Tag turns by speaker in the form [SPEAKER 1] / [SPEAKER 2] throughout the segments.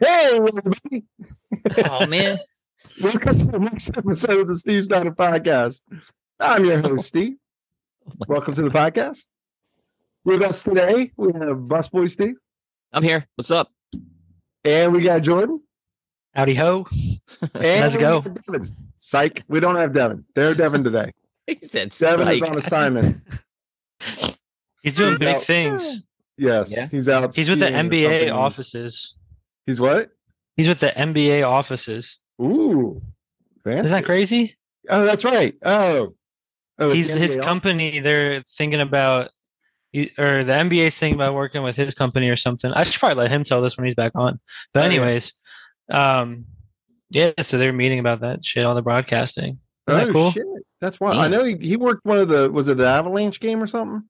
[SPEAKER 1] Hey, everybody.
[SPEAKER 2] Oh man.
[SPEAKER 1] Welcome to the next episode of the Steve Snyder Podcast. I'm your host, Steve.
[SPEAKER 3] Oh
[SPEAKER 1] Welcome to the podcast. With us today, we have Busboy Steve,
[SPEAKER 2] I'm here. What's up?
[SPEAKER 1] and we got Jordan.
[SPEAKER 3] Howdy ho.
[SPEAKER 1] And
[SPEAKER 3] Let's
[SPEAKER 1] we
[SPEAKER 3] go.
[SPEAKER 1] got Devin. Psych. We don't have Devin. They're Devin today.
[SPEAKER 2] He said
[SPEAKER 1] Devin is
[SPEAKER 2] psych.
[SPEAKER 1] on assignment.
[SPEAKER 3] He's doing
[SPEAKER 1] He's
[SPEAKER 3] big
[SPEAKER 1] out.
[SPEAKER 3] things.
[SPEAKER 1] Yes,
[SPEAKER 2] Yeah.
[SPEAKER 1] he's out.
[SPEAKER 3] He's with the
[SPEAKER 1] skiing or
[SPEAKER 3] NBA
[SPEAKER 1] something.
[SPEAKER 3] offices.
[SPEAKER 1] He's what?
[SPEAKER 3] He's with the NBA offices.
[SPEAKER 1] Ooh,
[SPEAKER 3] Isn't
[SPEAKER 1] fancy.
[SPEAKER 3] that crazy?
[SPEAKER 1] Oh, that's right. Oh, oh it's
[SPEAKER 3] He's
[SPEAKER 1] the
[SPEAKER 3] his
[SPEAKER 1] NBA
[SPEAKER 3] company. They're thinking about, you- or the NBA's thinking about working with his company or something. I should probably let him tell this when he's back on. But
[SPEAKER 1] Oh, yeah.
[SPEAKER 3] anyways, um, yeah. So they're meeting about that shit on the broadcasting. Isn't that
[SPEAKER 1] oh,
[SPEAKER 3] cool?
[SPEAKER 1] Shit. That's why I
[SPEAKER 2] Yeah.
[SPEAKER 1] know he, he worked one of the was it the Avalanche game or something?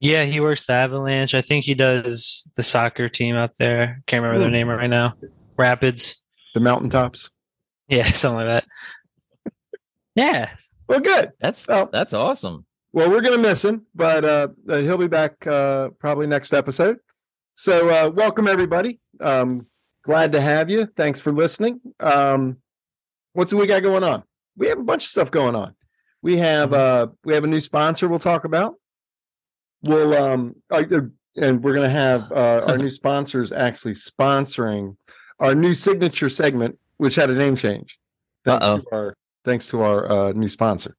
[SPEAKER 3] Yeah, he works the Avalanche. I think he does the soccer team out there. Can't remember
[SPEAKER 1] Hmm.
[SPEAKER 3] their name right now. Rapids.
[SPEAKER 1] The mountaintops.
[SPEAKER 3] Yeah, something like that. Yeah,
[SPEAKER 1] Well, good.
[SPEAKER 2] That's
[SPEAKER 1] Oh.
[SPEAKER 2] that's awesome.
[SPEAKER 1] Well, we're gonna miss him, but uh, uh, he'll be back uh, probably next episode. So uh, welcome everybody. Um, glad to have you. Thanks for listening. Um, what's we got going on? We have a bunch of stuff going on. We have uh,
[SPEAKER 2] Mm-hmm.
[SPEAKER 1] we have a new sponsor. We'll talk about. We'll um, uh, uh, and we're gonna have uh, our new sponsors actually sponsoring our new signature segment, which had a name change. Thanks
[SPEAKER 2] Uh-oh.
[SPEAKER 1] to our thanks to our uh, new sponsor.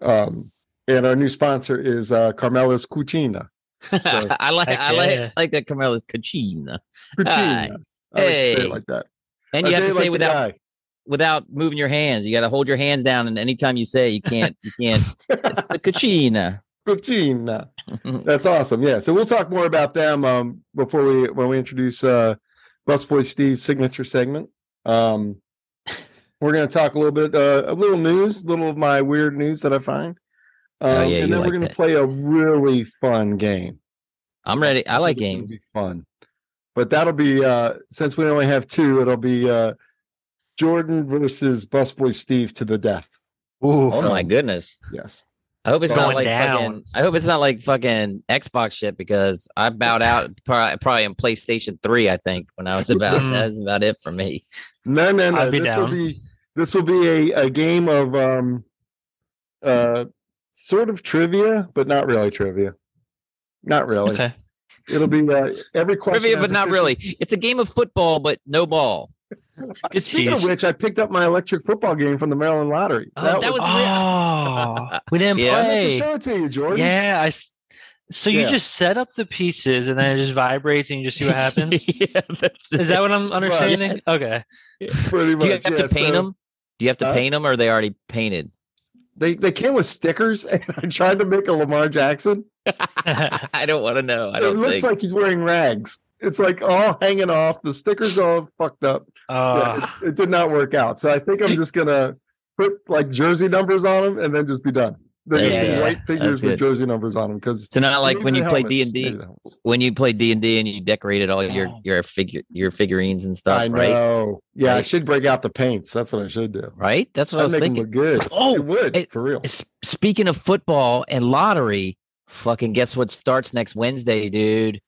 [SPEAKER 1] Um, and our new sponsor is uh, Carmela's Cucina. So-
[SPEAKER 2] I like
[SPEAKER 3] Heck
[SPEAKER 2] I like
[SPEAKER 3] yeah.
[SPEAKER 2] like that Carmela's Kachina.
[SPEAKER 1] Cucina. I like to say it
[SPEAKER 2] Hey.
[SPEAKER 1] like that.
[SPEAKER 2] And
[SPEAKER 1] I
[SPEAKER 2] you have
[SPEAKER 1] it
[SPEAKER 2] to say
[SPEAKER 1] like the
[SPEAKER 2] without
[SPEAKER 1] guy.
[SPEAKER 2] without moving your hands. You gotta hold your hands down and anytime you say you can't you can't it's the Kachina.
[SPEAKER 1] Cucina. That's awesome. Yeah. So we'll talk more about them um, before we when we introduce uh, Busboy Steve's signature segment. Um, we're going to talk a little bit, uh, a little news, a little of my weird news that I find. Um,
[SPEAKER 2] Oh, yeah, you
[SPEAKER 1] and then
[SPEAKER 2] like
[SPEAKER 1] we're going to
[SPEAKER 2] that.
[SPEAKER 1] play a really fun game.
[SPEAKER 2] I'm ready. I like
[SPEAKER 1] It's gonna
[SPEAKER 2] games.
[SPEAKER 1] be fun. But that'll be uh since we only have two, it'll be uh Jordan versus Busboy Steve to the death.
[SPEAKER 3] Ooh.
[SPEAKER 2] Oh my goodness.
[SPEAKER 1] Yes.
[SPEAKER 2] I hope it's not
[SPEAKER 3] Going
[SPEAKER 2] like
[SPEAKER 3] down.
[SPEAKER 2] fucking. I hope it's not like fucking Xbox shit because I bowed out pro- probably in PlayStation Three. I think when I was about
[SPEAKER 3] Mm.
[SPEAKER 2] that's about it for me.
[SPEAKER 1] No, no, no.
[SPEAKER 3] I'd be
[SPEAKER 1] this will
[SPEAKER 3] down.
[SPEAKER 1] be this will be a, a game of um uh sort of trivia, but not really trivia. Not really.
[SPEAKER 3] Okay.
[SPEAKER 1] It'll be uh, every question.
[SPEAKER 2] Trivia,
[SPEAKER 1] has
[SPEAKER 2] but
[SPEAKER 1] a
[SPEAKER 2] not
[SPEAKER 1] 50
[SPEAKER 2] really. It's a game of football, but no ball.
[SPEAKER 3] Good
[SPEAKER 1] Speaking of
[SPEAKER 3] uh, tease.
[SPEAKER 1] which, I picked up my electric football game from the Maryland Lottery.
[SPEAKER 2] Oh, that was-
[SPEAKER 1] Ah.
[SPEAKER 3] Oh, we didn't
[SPEAKER 2] Yeah.
[SPEAKER 1] I meant to
[SPEAKER 3] play.
[SPEAKER 1] show it to you, Jordan.
[SPEAKER 3] Yeah, I. s- So you
[SPEAKER 1] Yeah.
[SPEAKER 3] just set up the pieces and then it just vibrates and you just see what happens.
[SPEAKER 2] yeah, that's
[SPEAKER 3] Is that what I'm understanding? Okay.
[SPEAKER 1] pretty much.
[SPEAKER 2] Do you have
[SPEAKER 1] yeah,
[SPEAKER 2] to paint
[SPEAKER 1] so-
[SPEAKER 2] them? Do you have to
[SPEAKER 1] Huh?
[SPEAKER 2] paint them, or are they already painted?
[SPEAKER 1] They they came with stickers, and I tried to make a Lamar Jackson.
[SPEAKER 2] I don't want to know. I
[SPEAKER 1] It
[SPEAKER 2] don't
[SPEAKER 1] looks
[SPEAKER 2] think.
[SPEAKER 1] like he's wearing rags. It's like all hanging off. The stickers all fucked up. Yeah,
[SPEAKER 3] Uh,
[SPEAKER 1] it, it did not work out. So I think I'm just gonna put like jersey numbers on them and then just be done. They're just
[SPEAKER 2] Yeah,
[SPEAKER 1] be
[SPEAKER 2] yeah,
[SPEAKER 1] white
[SPEAKER 2] that's
[SPEAKER 1] figures with
[SPEAKER 2] good.
[SPEAKER 1] jersey numbers on them because
[SPEAKER 2] so not like when you play D and D. When you play D and D and you decorated all your
[SPEAKER 3] Oh.
[SPEAKER 2] your figure your figurines and stuff,
[SPEAKER 1] I
[SPEAKER 2] right?
[SPEAKER 1] know. Oh, Yeah, I
[SPEAKER 2] Right.
[SPEAKER 1] should break out the paints. That's what I should do.
[SPEAKER 2] Right. That's what I
[SPEAKER 1] That'd
[SPEAKER 2] was
[SPEAKER 1] make
[SPEAKER 2] thinking.
[SPEAKER 1] them look good.
[SPEAKER 2] Oh,
[SPEAKER 1] it would
[SPEAKER 2] it-
[SPEAKER 1] for real.
[SPEAKER 2] S- Speaking of football and lottery, fucking guess what starts next Wednesday, dude?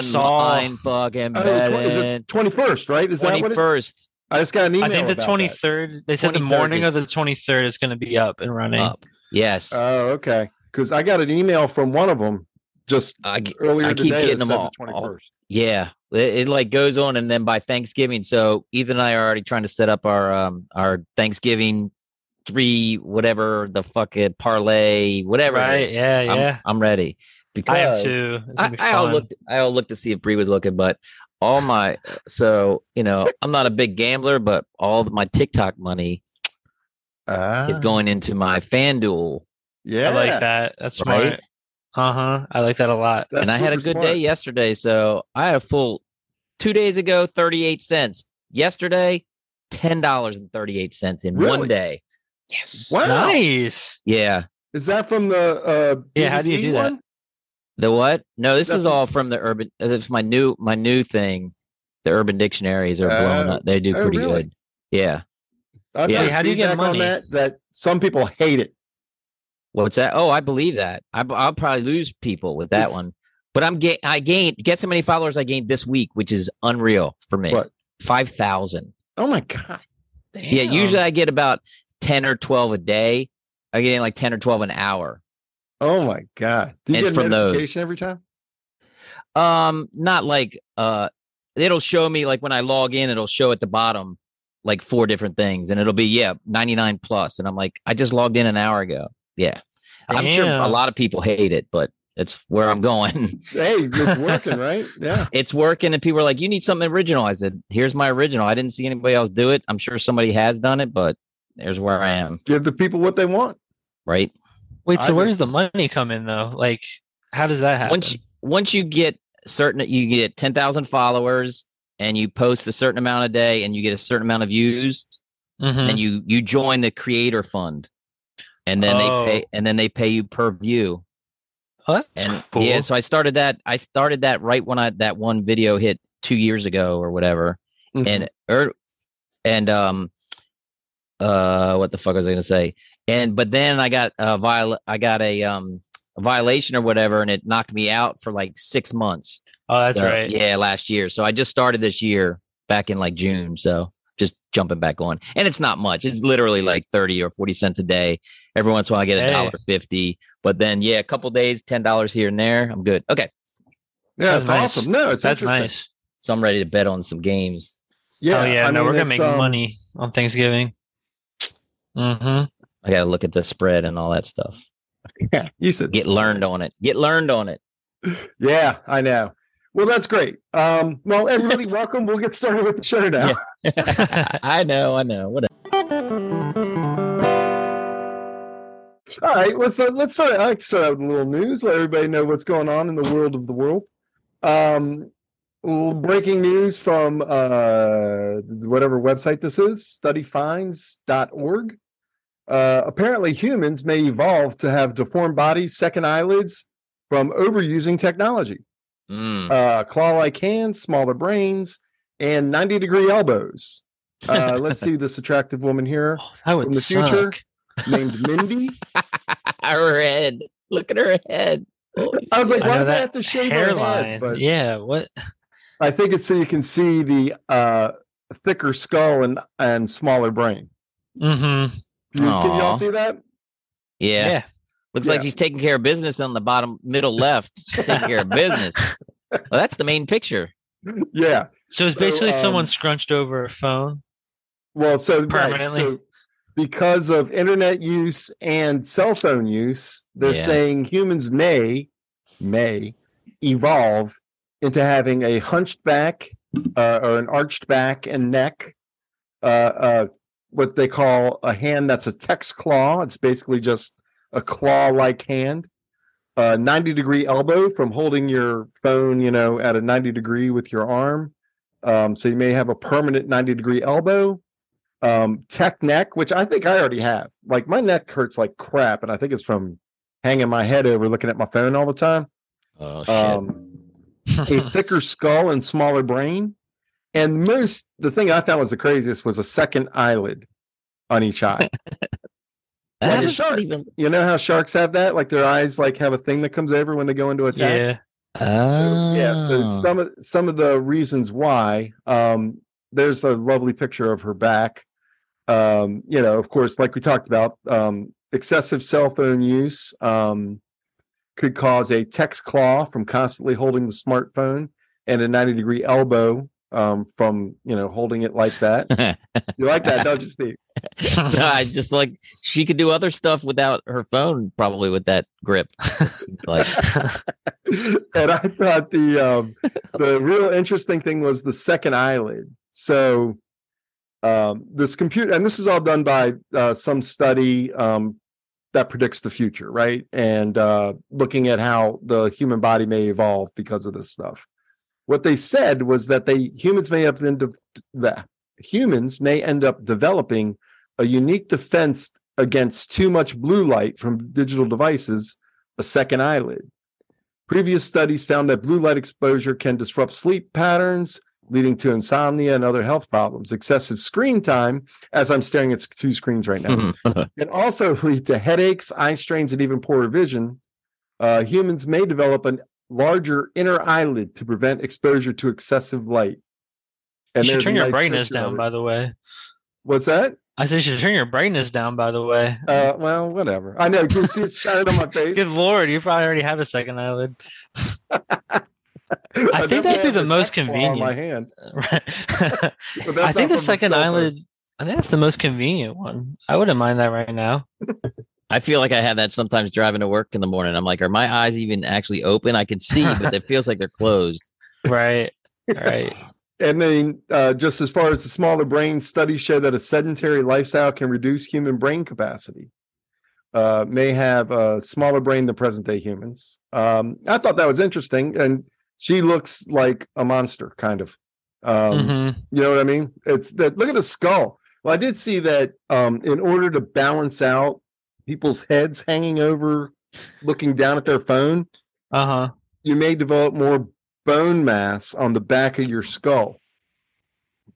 [SPEAKER 3] saw-
[SPEAKER 2] Online fucking
[SPEAKER 1] Oh, tw- is
[SPEAKER 2] betting.
[SPEAKER 1] it 21st, right? Is that
[SPEAKER 2] Twenty
[SPEAKER 1] what it,
[SPEAKER 2] first
[SPEAKER 1] I just got an email?
[SPEAKER 3] I think the
[SPEAKER 1] about that.
[SPEAKER 3] 23rd. They said the
[SPEAKER 2] 23rd
[SPEAKER 3] morning
[SPEAKER 2] is-
[SPEAKER 3] of the 23rd is going to be up and running.
[SPEAKER 2] up. Yes,
[SPEAKER 1] Oh, okay. Because I got an email from one of them just
[SPEAKER 2] I g-
[SPEAKER 1] earlier
[SPEAKER 2] I keep
[SPEAKER 1] today.
[SPEAKER 2] getting
[SPEAKER 1] that
[SPEAKER 2] them
[SPEAKER 1] said
[SPEAKER 2] all-
[SPEAKER 1] the
[SPEAKER 2] all-
[SPEAKER 1] 21st.
[SPEAKER 2] yeah. It, it like goes on, and then by Thanksgiving. So Ethan and I are already trying to set up our um our Thanksgiving three whatever the fucking parlay whatever. it
[SPEAKER 3] right?
[SPEAKER 2] is.
[SPEAKER 3] Yeah,
[SPEAKER 2] I'm,
[SPEAKER 3] yeah.
[SPEAKER 2] I'm ready. Because
[SPEAKER 3] I am too. It's gonna
[SPEAKER 2] I,
[SPEAKER 3] be
[SPEAKER 2] I all
[SPEAKER 3] fun.
[SPEAKER 2] looked. I all looked to see if Bree was looking, but all my so you know I'm not a big gambler, but all my TikTok money
[SPEAKER 1] Ah,
[SPEAKER 2] is going into my FanDuel,
[SPEAKER 1] Yeah,
[SPEAKER 3] I like that. That's smart.
[SPEAKER 2] right?
[SPEAKER 3] Uh huh. I like that a lot.
[SPEAKER 1] That's
[SPEAKER 2] and I had a
[SPEAKER 1] super
[SPEAKER 2] good
[SPEAKER 1] smart.
[SPEAKER 2] day yesterday, so I had a full two days ago, thirty eight cents. Yesterday, ten dollars and thirty eight cents in
[SPEAKER 1] Really?
[SPEAKER 2] one day. Yes.
[SPEAKER 1] Wow.
[SPEAKER 3] Nice.
[SPEAKER 2] Yeah.
[SPEAKER 1] Is that from the? Uh,
[SPEAKER 3] Yeah, how do you
[SPEAKER 1] DVD
[SPEAKER 3] do that?
[SPEAKER 1] one?
[SPEAKER 2] The what? No, this is
[SPEAKER 1] Nothing.
[SPEAKER 2] all from the Urban. uh, It's my new my new thing. The Urban dictionaries are blowing
[SPEAKER 1] Oh.
[SPEAKER 2] up. They do
[SPEAKER 1] Oh,
[SPEAKER 2] pretty
[SPEAKER 1] really?
[SPEAKER 2] good. Yeah.
[SPEAKER 1] I've
[SPEAKER 2] Yeah.
[SPEAKER 1] heard
[SPEAKER 3] Hey, how do you get
[SPEAKER 1] feedback on
[SPEAKER 3] money?
[SPEAKER 1] That, that some people hate it.
[SPEAKER 2] What's that? Oh, I believe that. I, will probably lose people with that
[SPEAKER 1] It's-
[SPEAKER 2] one. But I'm ga- I gained. Guess how many followers I gained this week, which is unreal for me.
[SPEAKER 1] What?
[SPEAKER 2] five thousand.
[SPEAKER 1] Oh my god.
[SPEAKER 2] Yeah,
[SPEAKER 3] Damn.
[SPEAKER 2] usually I get about ten or twelve a day. I get like ten or twelve an hour.
[SPEAKER 1] Oh my god. Do you
[SPEAKER 2] It's
[SPEAKER 1] get
[SPEAKER 2] from those.
[SPEAKER 1] notification every time?
[SPEAKER 2] Um, not like uh, it'll show me like when I log in, it'll show at the bottom like four different things, and it'll be yeah ninety nine plus, and I'm like I just logged in an hour ago. Yeah, I'm sure a
[SPEAKER 3] Damn.
[SPEAKER 2] lot of people hate it, but it's where I'm going.
[SPEAKER 1] Hey, it's working, right? Yeah.
[SPEAKER 2] it's working, and people are like, "You need something original." I said, "Here's my original. I didn't see anybody else do it. I'm sure somebody has done it, but there's where I am."
[SPEAKER 1] Give the people what they want.
[SPEAKER 2] Right.
[SPEAKER 3] Wait, so
[SPEAKER 1] I
[SPEAKER 3] where
[SPEAKER 1] just-
[SPEAKER 3] does the money come in though? Like, how does that happen?
[SPEAKER 2] once you, once you get certain you get 10,000 followers and you post a certain amount a day and you get a certain amount of views
[SPEAKER 3] Mhm.
[SPEAKER 2] and you you join the creator fund and then
[SPEAKER 3] Oh.
[SPEAKER 2] they pay and then they pay you per view
[SPEAKER 3] Oh, that's
[SPEAKER 2] and
[SPEAKER 3] cool.
[SPEAKER 2] yeah so I started that I started that right when I that one video hit 2 years ago or whatever
[SPEAKER 3] Mm-hmm.
[SPEAKER 2] and er, and um uh what the fuck was i gonna say and but then i got a viol i got a um a violation or whatever and it knocked me out for like six months
[SPEAKER 3] oh, that's
[SPEAKER 2] So,
[SPEAKER 3] right.
[SPEAKER 2] yeah last year so i just started this year back in like june so just jumping back on and it's not much it's literally like 30 or 40 cents a day every once in a while i get a
[SPEAKER 3] Hey.
[SPEAKER 2] dollar 50 but then yeah a couple days $10 here and there i'm good okay
[SPEAKER 1] yeah,
[SPEAKER 3] That's
[SPEAKER 1] it's
[SPEAKER 3] nice.
[SPEAKER 1] awesome. No, it's
[SPEAKER 3] that's
[SPEAKER 1] interesting.
[SPEAKER 3] nice.
[SPEAKER 2] so i'm ready to bet on some games
[SPEAKER 1] Yeah,
[SPEAKER 3] oh yeah,
[SPEAKER 1] I
[SPEAKER 3] no,
[SPEAKER 1] mean,
[SPEAKER 3] we're gonna
[SPEAKER 1] it's,
[SPEAKER 3] make
[SPEAKER 1] um,
[SPEAKER 3] money on Thanksgiving. Mm-hmm.
[SPEAKER 2] i gotta look at the spread and all that stuff
[SPEAKER 1] Yeah, you said
[SPEAKER 2] get learned on it get learned on it
[SPEAKER 1] Yeah, I know. Well, that's great. Um, well, everybody, welcome. We'll get started with the show now.
[SPEAKER 2] Yeah. I know, I know. Whatever.
[SPEAKER 1] All right, let's uh, let's start. I like to start out with a little news. Let everybody know what's going on in the world of the world. Um, l- breaking news from uh, whatever website this is, studyfinds.org. Uh, apparently, humans may evolve to have deformed bodies, second eyelids from overusing technology.
[SPEAKER 2] Mm.
[SPEAKER 1] uh, claw like hands, smaller brains, and 90 degree elbows. Uh, let's see this attractive woman here
[SPEAKER 3] Oh, that would
[SPEAKER 1] from the
[SPEAKER 3] suck.
[SPEAKER 1] future named Mindy.
[SPEAKER 2] her head. Look at her head.
[SPEAKER 1] I was like,
[SPEAKER 3] I
[SPEAKER 1] why
[SPEAKER 3] know
[SPEAKER 1] did I
[SPEAKER 3] that
[SPEAKER 1] have to shave her
[SPEAKER 3] Hairline.
[SPEAKER 1] head? But
[SPEAKER 3] yeah. What?
[SPEAKER 1] I think it's so you can see the uh, thicker skull and, and smaller brain.
[SPEAKER 3] Mm-hmm.
[SPEAKER 1] Do you- Can you all
[SPEAKER 2] Aw.
[SPEAKER 1] see that?
[SPEAKER 2] Yeah.
[SPEAKER 3] Yeah.
[SPEAKER 2] Looks
[SPEAKER 1] Yeah.
[SPEAKER 2] like she's taking care of business on the bottom middle left. She's taking care of business. Well, that's the main picture.
[SPEAKER 1] Yeah.
[SPEAKER 3] So it's
[SPEAKER 1] So,
[SPEAKER 3] basically
[SPEAKER 1] um,
[SPEAKER 3] someone scrunched over a phone.
[SPEAKER 1] Well, so, right,
[SPEAKER 3] Permanently.
[SPEAKER 1] so because of internet use and cell phone use, they're
[SPEAKER 2] Yeah.
[SPEAKER 1] saying humans may may evolve into having a hunched back uh, or an arched back and neck, uh, uh, what they call a hand that's a text claw. It's basically just a claw-like hand. A 90 degree elbow from holding your phone, you know, at a 90 degree with your arm. Um, so you may have a permanent 90 degree elbow um tech neck which i think i already have like my neck hurts like crap and i think it's from hanging my head over looking at my phone all the time
[SPEAKER 2] Oh shit.
[SPEAKER 1] um a thicker skull and smaller brain and most the thing i found was the craziest was a second eyelid on each eye
[SPEAKER 2] That
[SPEAKER 1] like a
[SPEAKER 2] is not
[SPEAKER 1] shark.
[SPEAKER 2] even-
[SPEAKER 1] you know how sharks have that like their eyes like have a thing that comes over when they go into attack
[SPEAKER 3] yeah.
[SPEAKER 2] Oh.
[SPEAKER 1] so, yeah so
[SPEAKER 2] Ah.
[SPEAKER 1] some of some of the reasons why um there's a lovely picture of her back um you know of course like we talked about um excessive cell phone use um could cause a text claw from constantly holding the smartphone and a 90 degree elbow um from you know holding it like that you like that don't you steve
[SPEAKER 2] No, I just like she could do other stuff without her phone, probably with that grip. like
[SPEAKER 1] and I thought the um, the real interesting thing was the second eyelid. So um, this computer, and this is all done by uh, some study um, that predicts the future, right? And uh, looking at how the human body may evolve because of this stuff. What they said was that they humans may up end up that humans may end up developing a unique defense against too much blue light from digital devices, a second eyelid. Previous studies found that blue light exposure can disrupt sleep patterns, leading to insomnia and other health problems. Excessive screen time, as I'm staring at s- two screens right
[SPEAKER 2] Hmm.
[SPEAKER 1] now, can also lead to headaches, eye strains, and even poorer vision. Uh, humans may develop a larger inner eyelid to prevent exposure to excessive light.
[SPEAKER 3] You should
[SPEAKER 1] there's a
[SPEAKER 3] turn your
[SPEAKER 1] nice
[SPEAKER 3] brightness
[SPEAKER 1] picture of
[SPEAKER 3] down,
[SPEAKER 1] it.
[SPEAKER 3] by the way.
[SPEAKER 1] What's that?
[SPEAKER 3] I said you should turn your brightness down, by the way.
[SPEAKER 1] Uh, well, whatever. I know. You can see it shining on my face.
[SPEAKER 3] Good lord, you probably already have a second eyelid. I
[SPEAKER 1] definitely
[SPEAKER 3] think that'd be
[SPEAKER 1] have
[SPEAKER 3] the
[SPEAKER 1] a
[SPEAKER 3] most
[SPEAKER 1] text flaw on My
[SPEAKER 3] convenient.
[SPEAKER 1] hand.
[SPEAKER 3] Right.
[SPEAKER 1] but
[SPEAKER 3] I
[SPEAKER 1] that's
[SPEAKER 3] think
[SPEAKER 1] not
[SPEAKER 3] the
[SPEAKER 1] from a
[SPEAKER 3] second
[SPEAKER 1] cell phone.
[SPEAKER 3] eyelid. I think that's the most convenient one. I wouldn't mind that right now.
[SPEAKER 2] I feel like I have that sometimes driving to work in the morning. I'm like, are my eyes even actually open? I can see, but it feels like they're closed.
[SPEAKER 3] Right. Right.
[SPEAKER 1] And then, uh, just as far as the smaller brain, studies show that a sedentary lifestyle can reduce human brain capacity. Uh, may have a smaller brain than present day humans. Um, I thought that was interesting, and she looks like a monster, kind of. Um,
[SPEAKER 3] Mhm.
[SPEAKER 1] You know what I mean? It's that. Look at the skull. Well, I did see that um, in order to balance out people's heads hanging over, looking down at their phone,
[SPEAKER 3] Uh huh.
[SPEAKER 1] you may develop more bone mass on the back of your skull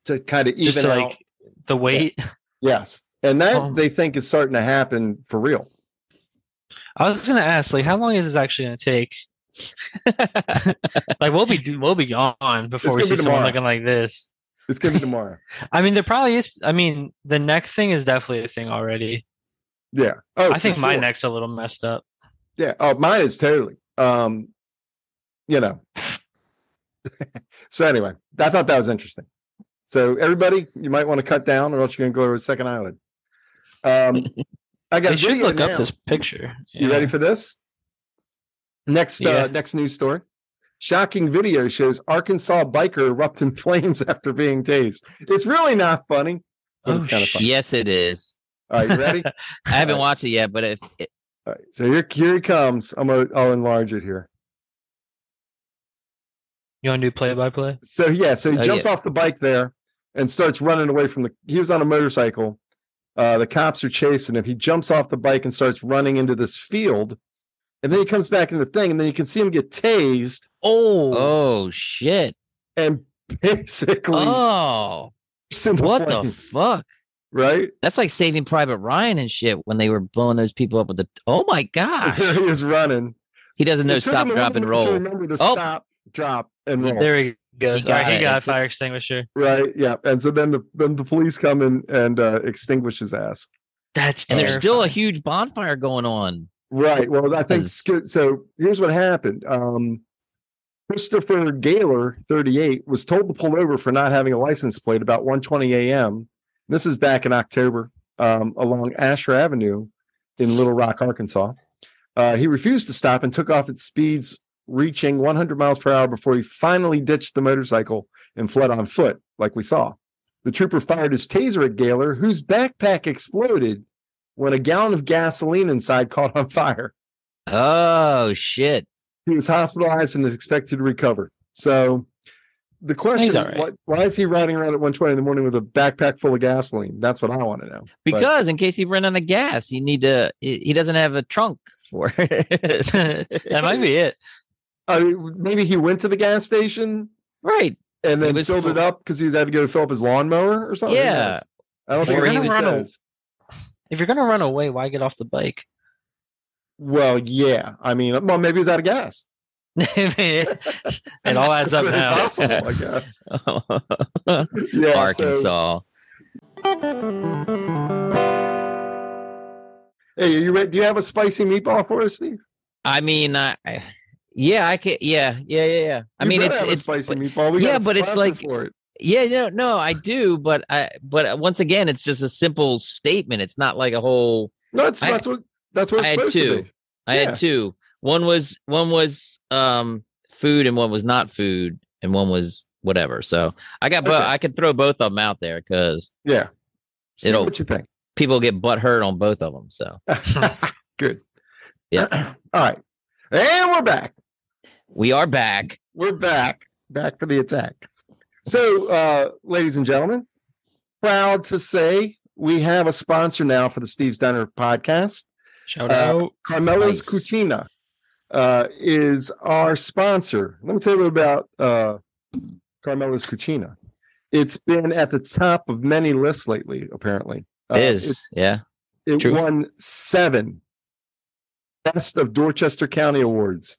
[SPEAKER 1] to kind of even
[SPEAKER 3] Just
[SPEAKER 1] out.
[SPEAKER 3] like the weight.
[SPEAKER 1] yes, and that
[SPEAKER 3] Oh.
[SPEAKER 1] they think is starting to happen for real.
[SPEAKER 3] I was gonna ask, like, how long is this actually gonna take? like, we'll be we'll be gone before we
[SPEAKER 1] gonna
[SPEAKER 3] see
[SPEAKER 1] be
[SPEAKER 3] someone
[SPEAKER 1] tomorrow.
[SPEAKER 3] looking like this.
[SPEAKER 1] It's gonna be tomorrow.
[SPEAKER 3] I mean, there probably is. I mean, the neck thing is definitely a thing already.
[SPEAKER 1] Yeah. Oh,
[SPEAKER 3] I think
[SPEAKER 1] for
[SPEAKER 3] my
[SPEAKER 1] sure.
[SPEAKER 3] neck's a little messed up.
[SPEAKER 1] Yeah. Oh, mine is totally. Um, you know. so anyway, I thought that was interesting. So everybody, you might want to cut down, or else you're gonna go over a second eyelid. Um, I got.
[SPEAKER 3] I
[SPEAKER 1] a
[SPEAKER 3] should
[SPEAKER 1] video
[SPEAKER 3] look
[SPEAKER 1] now.
[SPEAKER 3] up this picture.
[SPEAKER 1] You ready for this? Next,
[SPEAKER 3] Yeah.
[SPEAKER 1] uh, next news story. Shocking video shows Arkansas biker erupt in flames after being tased. It's really not funny, but
[SPEAKER 3] Oh,
[SPEAKER 1] it's kind of funny.
[SPEAKER 2] yes, it is.
[SPEAKER 1] All right, you ready?
[SPEAKER 2] I haven't watched it yet, but if
[SPEAKER 1] All right, so here, here he comes. I'm gonna, I'll enlarge it here.
[SPEAKER 3] You want to do play by play?
[SPEAKER 1] So yeah, so he
[SPEAKER 2] Oh,
[SPEAKER 1] jumps off the bike there and starts running away from the. He was on a motorcycle. Uh, the cops are chasing him. He jumps off the bike and starts running into this field, and then he comes back into the thing, and then you can see him get tased
[SPEAKER 3] Oh,
[SPEAKER 2] oh shit,
[SPEAKER 1] and basically
[SPEAKER 2] oh
[SPEAKER 1] bursts into
[SPEAKER 2] what the
[SPEAKER 1] flames,
[SPEAKER 2] fuck?
[SPEAKER 1] right?
[SPEAKER 2] That's like Saving Private Ryan and shit when they were blowing those people up with the. Oh my god,
[SPEAKER 1] there he is running.
[SPEAKER 2] he doesn't know
[SPEAKER 1] It took
[SPEAKER 2] stop,
[SPEAKER 1] him a
[SPEAKER 2] drop,
[SPEAKER 1] little
[SPEAKER 2] and
[SPEAKER 1] bit to
[SPEAKER 2] roll.
[SPEAKER 1] remember to
[SPEAKER 2] Oh.
[SPEAKER 1] stop, drop, and roll.
[SPEAKER 3] there he goes.
[SPEAKER 2] He
[SPEAKER 3] All right,
[SPEAKER 2] got
[SPEAKER 3] he
[SPEAKER 2] it.
[SPEAKER 3] got a fire extinguisher.
[SPEAKER 1] Right? Yeah. And so then the then the police come in and uh, extinguish his ass.
[SPEAKER 3] That's
[SPEAKER 2] And there's still a
[SPEAKER 3] terrifying.
[SPEAKER 2] huge bonfire going on.
[SPEAKER 1] Right. Well, I think
[SPEAKER 2] As-
[SPEAKER 1] sca- so. Here's what happened. Um, Christopher Gaylor, 38, was told to pull over for not having a license plate about 1:20 a.m. This is back in October um, along Asher Avenue in Little Rock, Arkansas. Uh, he refused to stop and took off at speeds reaching 100 miles per hour before he finally ditched the motorcycle and fled on foot, like we saw. The trooper fired his taser at Gaylor, whose backpack exploded when a gallon of gasoline inside caught on fire.
[SPEAKER 2] Oh shit.
[SPEAKER 1] He was hospitalized and is expected to recover. So the question is
[SPEAKER 3] all right.
[SPEAKER 1] why, why is he riding around at 120 in the morning with a backpack full of gasoline? That's what I want to know. But-
[SPEAKER 2] Because in case he ran out of gas, you need to. He he doesn't have a trunk for it.
[SPEAKER 3] That might be it.
[SPEAKER 1] I mean, maybe he went to the gas station
[SPEAKER 2] right.
[SPEAKER 1] and
[SPEAKER 2] He
[SPEAKER 1] then
[SPEAKER 2] was
[SPEAKER 1] filled it
[SPEAKER 2] full-
[SPEAKER 1] up because he had to go fill up his lawnmower or something. Who
[SPEAKER 2] Yeah.
[SPEAKER 1] knows? I don't think
[SPEAKER 2] Or
[SPEAKER 1] it
[SPEAKER 2] he
[SPEAKER 1] really
[SPEAKER 2] was-
[SPEAKER 1] says.
[SPEAKER 3] If you're gonna run away, why get off the bike?
[SPEAKER 1] Well, yeah. I mean, uh, well, maybe he's out of gas.
[SPEAKER 3] it all adds up
[SPEAKER 1] It's
[SPEAKER 3] now.
[SPEAKER 1] Possible, I guess. Yeah, so-
[SPEAKER 2] Arkansas.
[SPEAKER 1] hey, are you ready? Do you have a spicy meatball for us, Steve?
[SPEAKER 2] I mean, I, I- yeah, I could. Yeah, yeah, yeah, yeah. I
[SPEAKER 1] You
[SPEAKER 2] mean,
[SPEAKER 1] better
[SPEAKER 2] it's
[SPEAKER 1] have a
[SPEAKER 2] it's
[SPEAKER 1] spicy
[SPEAKER 2] but-
[SPEAKER 1] meatball. We got
[SPEAKER 2] yeah,
[SPEAKER 1] a
[SPEAKER 2] but it's
[SPEAKER 1] sponsor
[SPEAKER 2] like-
[SPEAKER 1] for it.
[SPEAKER 2] yeah, no, no, I do, but I, but once again, it's just a simple statement. It's not like a whole.
[SPEAKER 1] no, that's
[SPEAKER 2] I-
[SPEAKER 1] that's what that's what it's
[SPEAKER 2] I had
[SPEAKER 1] supposed to
[SPEAKER 2] two.
[SPEAKER 1] be.
[SPEAKER 2] I
[SPEAKER 1] Yeah.
[SPEAKER 2] had two. One was one was um food, and one was not food, and one was whatever. So I got, but
[SPEAKER 1] Okay.
[SPEAKER 2] I could throw both of them out there because
[SPEAKER 1] Yeah. See
[SPEAKER 2] It'll-
[SPEAKER 1] what you think.
[SPEAKER 2] people get butt hurt on both of them. So
[SPEAKER 1] Uh, Good.
[SPEAKER 2] Yeah.
[SPEAKER 1] All right. And we're back.
[SPEAKER 2] we are back.
[SPEAKER 1] We're back. Back for the attack. So, uh, ladies and gentlemen, proud to say we have a sponsor now for the Steve's Diner podcast.
[SPEAKER 3] Shout
[SPEAKER 1] Uh,
[SPEAKER 3] out.
[SPEAKER 1] Carmelo's
[SPEAKER 2] Nice.
[SPEAKER 1] Cucina uh, is our sponsor. Let me tell you about uh, Carmelo's Cucina. It's been at the top of many lists lately, apparently. Uh,
[SPEAKER 2] It is yeah.
[SPEAKER 1] It, it
[SPEAKER 2] true.
[SPEAKER 1] won seven Best of Dorchester County Awards,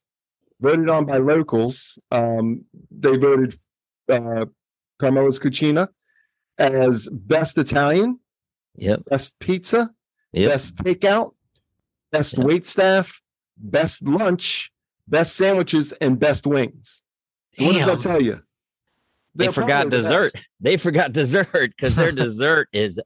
[SPEAKER 1] voted on by locals. Um, they voted uh, Carmelo's Cucina, as best Italian,
[SPEAKER 2] Yep.
[SPEAKER 1] best pizza,
[SPEAKER 2] Yep.
[SPEAKER 1] best takeout, best
[SPEAKER 2] Yep.
[SPEAKER 1] wait staff, best lunch, best sandwiches, and best wings. What does that
[SPEAKER 3] Damn.
[SPEAKER 1] tell you?
[SPEAKER 2] They
[SPEAKER 1] They're
[SPEAKER 2] forgot
[SPEAKER 1] probably the
[SPEAKER 2] dessert.
[SPEAKER 1] best.
[SPEAKER 2] They forgot dessert because their dessert is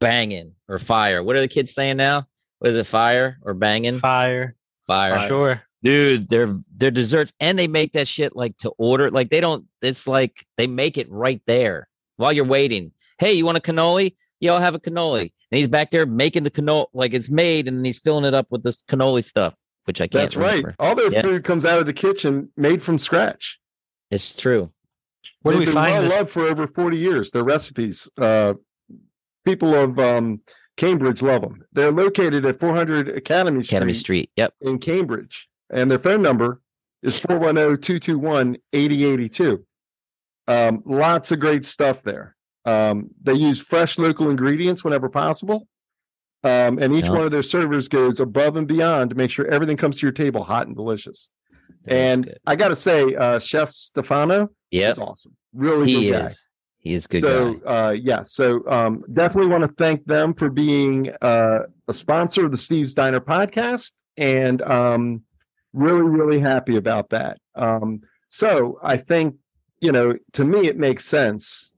[SPEAKER 2] banging or fire. What are the kids saying now? What is it? Fire or banging?
[SPEAKER 3] Fire.
[SPEAKER 2] Fire.
[SPEAKER 3] Sure.
[SPEAKER 2] Dude, their their desserts and they make that shit like to order. Like they don't, it's like they make it right there while you're waiting. Hey, you want a cannoli? Yeah, I'll have a cannoli. And he's back there making the cannoli like it's made and he's filling it up with this cannoli stuff, which I can't
[SPEAKER 1] That's right.
[SPEAKER 2] remember.
[SPEAKER 1] All their
[SPEAKER 2] Yeah.
[SPEAKER 1] food comes out of the kitchen made from scratch.
[SPEAKER 2] It's true.
[SPEAKER 3] Where do
[SPEAKER 1] They've
[SPEAKER 3] we
[SPEAKER 1] been
[SPEAKER 3] find
[SPEAKER 1] well
[SPEAKER 3] this?
[SPEAKER 1] loved for over 40 years. Their recipes, uh, people of um, Cambridge love them. They're located at 400 Academy Street,
[SPEAKER 2] Academy Street. Yep.
[SPEAKER 1] in Cambridge, and their phone number is oh, 410-221-8082. Um, lots of great stuff there. Um, they use fresh local ingredients whenever possible. Um, and each
[SPEAKER 2] Yeah.
[SPEAKER 1] one of their servers goes above and beyond to make sure everything comes to your table hot and delicious.
[SPEAKER 2] That is
[SPEAKER 1] and
[SPEAKER 2] good.
[SPEAKER 1] I got to say, uh, Chef Stefano
[SPEAKER 2] yep.
[SPEAKER 1] is awesome. Really
[SPEAKER 2] he
[SPEAKER 1] good guy
[SPEAKER 2] is. He is a good
[SPEAKER 1] so
[SPEAKER 2] guy.
[SPEAKER 1] uh yeah so um definitely want to thank them for being uh a sponsor of the steve's diner podcast and um really really happy about that um so i think you know to me it makes sense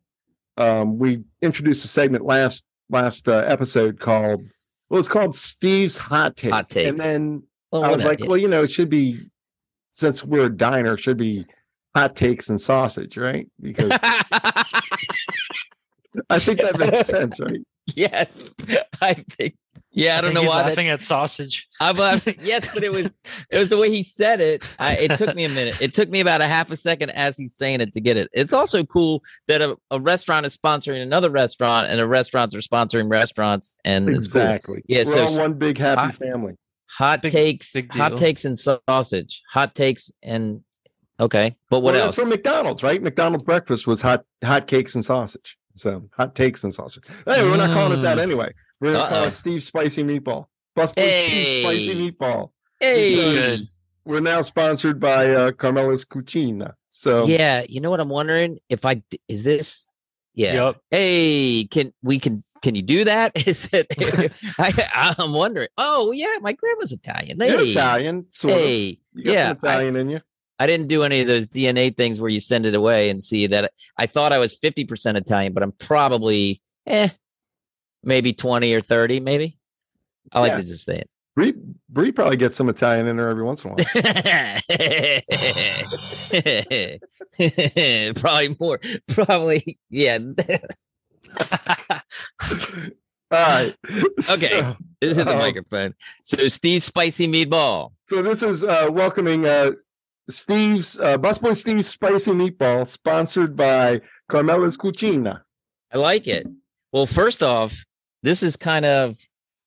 [SPEAKER 1] um we introduced a segment last last uh, episode called well it's called steve's hot take
[SPEAKER 2] Hot
[SPEAKER 1] and
[SPEAKER 2] Takes.
[SPEAKER 1] then
[SPEAKER 2] Well,
[SPEAKER 1] i was
[SPEAKER 2] whatever,
[SPEAKER 1] like
[SPEAKER 2] yeah.
[SPEAKER 1] well you know it should be since we're a diner it should be hot takes and sausage right because i think that makes sense right
[SPEAKER 2] Mm, yes, I think. Yeah, I don't
[SPEAKER 3] think
[SPEAKER 2] know
[SPEAKER 3] he's
[SPEAKER 2] why. That,
[SPEAKER 3] laughing at sausage.
[SPEAKER 2] I'm laughing. Yes, Uh, but it was it was the way he said it. I, it took me a minute. It took me about a half a second as he's saying it to get it. It's also cool that a, a restaurant is sponsoring another restaurant, and the restaurants are sponsoring restaurants, and it's cool.
[SPEAKER 1] Exactly.
[SPEAKER 2] Yeah,
[SPEAKER 1] We're
[SPEAKER 2] so
[SPEAKER 1] all
[SPEAKER 2] s-
[SPEAKER 1] one big happy
[SPEAKER 2] I-
[SPEAKER 1] family.
[SPEAKER 2] Hot
[SPEAKER 3] Big-
[SPEAKER 2] takes,
[SPEAKER 3] big
[SPEAKER 2] hot
[SPEAKER 3] deal.
[SPEAKER 2] takes, and sausage. Hot takes and okay, but what
[SPEAKER 1] Well,
[SPEAKER 2] else?
[SPEAKER 1] That's from McDonald's, right? McDonald's breakfast was hot hot cakes and sausage. So hot takes and sausage. Hey, we're not calling it that
[SPEAKER 3] Mm.
[SPEAKER 1] anyway. We're gonna call
[SPEAKER 2] Uh-oh.
[SPEAKER 1] it Steve's Spicy Meatball. Bust Blue Steve's Spicy
[SPEAKER 2] Hey.
[SPEAKER 1] Meatball.
[SPEAKER 3] It's
[SPEAKER 2] hey,
[SPEAKER 3] good.
[SPEAKER 1] We're now sponsored by uh, Carmela's Cucina. So
[SPEAKER 2] yeah, you know what I'm wondering if I d- is this yeah.
[SPEAKER 3] Yup.
[SPEAKER 2] hey can we can can you do that is it I, i'm wondering oh yeah my grandma's italian hey,
[SPEAKER 1] you're Italian, sort of.
[SPEAKER 2] hey
[SPEAKER 1] You got
[SPEAKER 2] yeah, I-
[SPEAKER 1] some Italian in you.
[SPEAKER 2] i didn't do any of those dna things where you send it away and see that i thought i was 50% italian but i'm probably eh maybe 20 or 30 maybe i like
[SPEAKER 1] Yeah.
[SPEAKER 2] to just say
[SPEAKER 1] Bree, Bree probably gets some Italian in her every once in a while.
[SPEAKER 2] it probably more probably yeah
[SPEAKER 1] All right. So-
[SPEAKER 2] this is the
[SPEAKER 1] Oh.
[SPEAKER 2] microphone so steve's spicy meatball
[SPEAKER 1] So this is uh, welcoming uh, Steve's uh, Busboy Steve's Spicy Meatball, sponsored by Carmela's Cucina.
[SPEAKER 2] I like it. Well, first off, this is kind of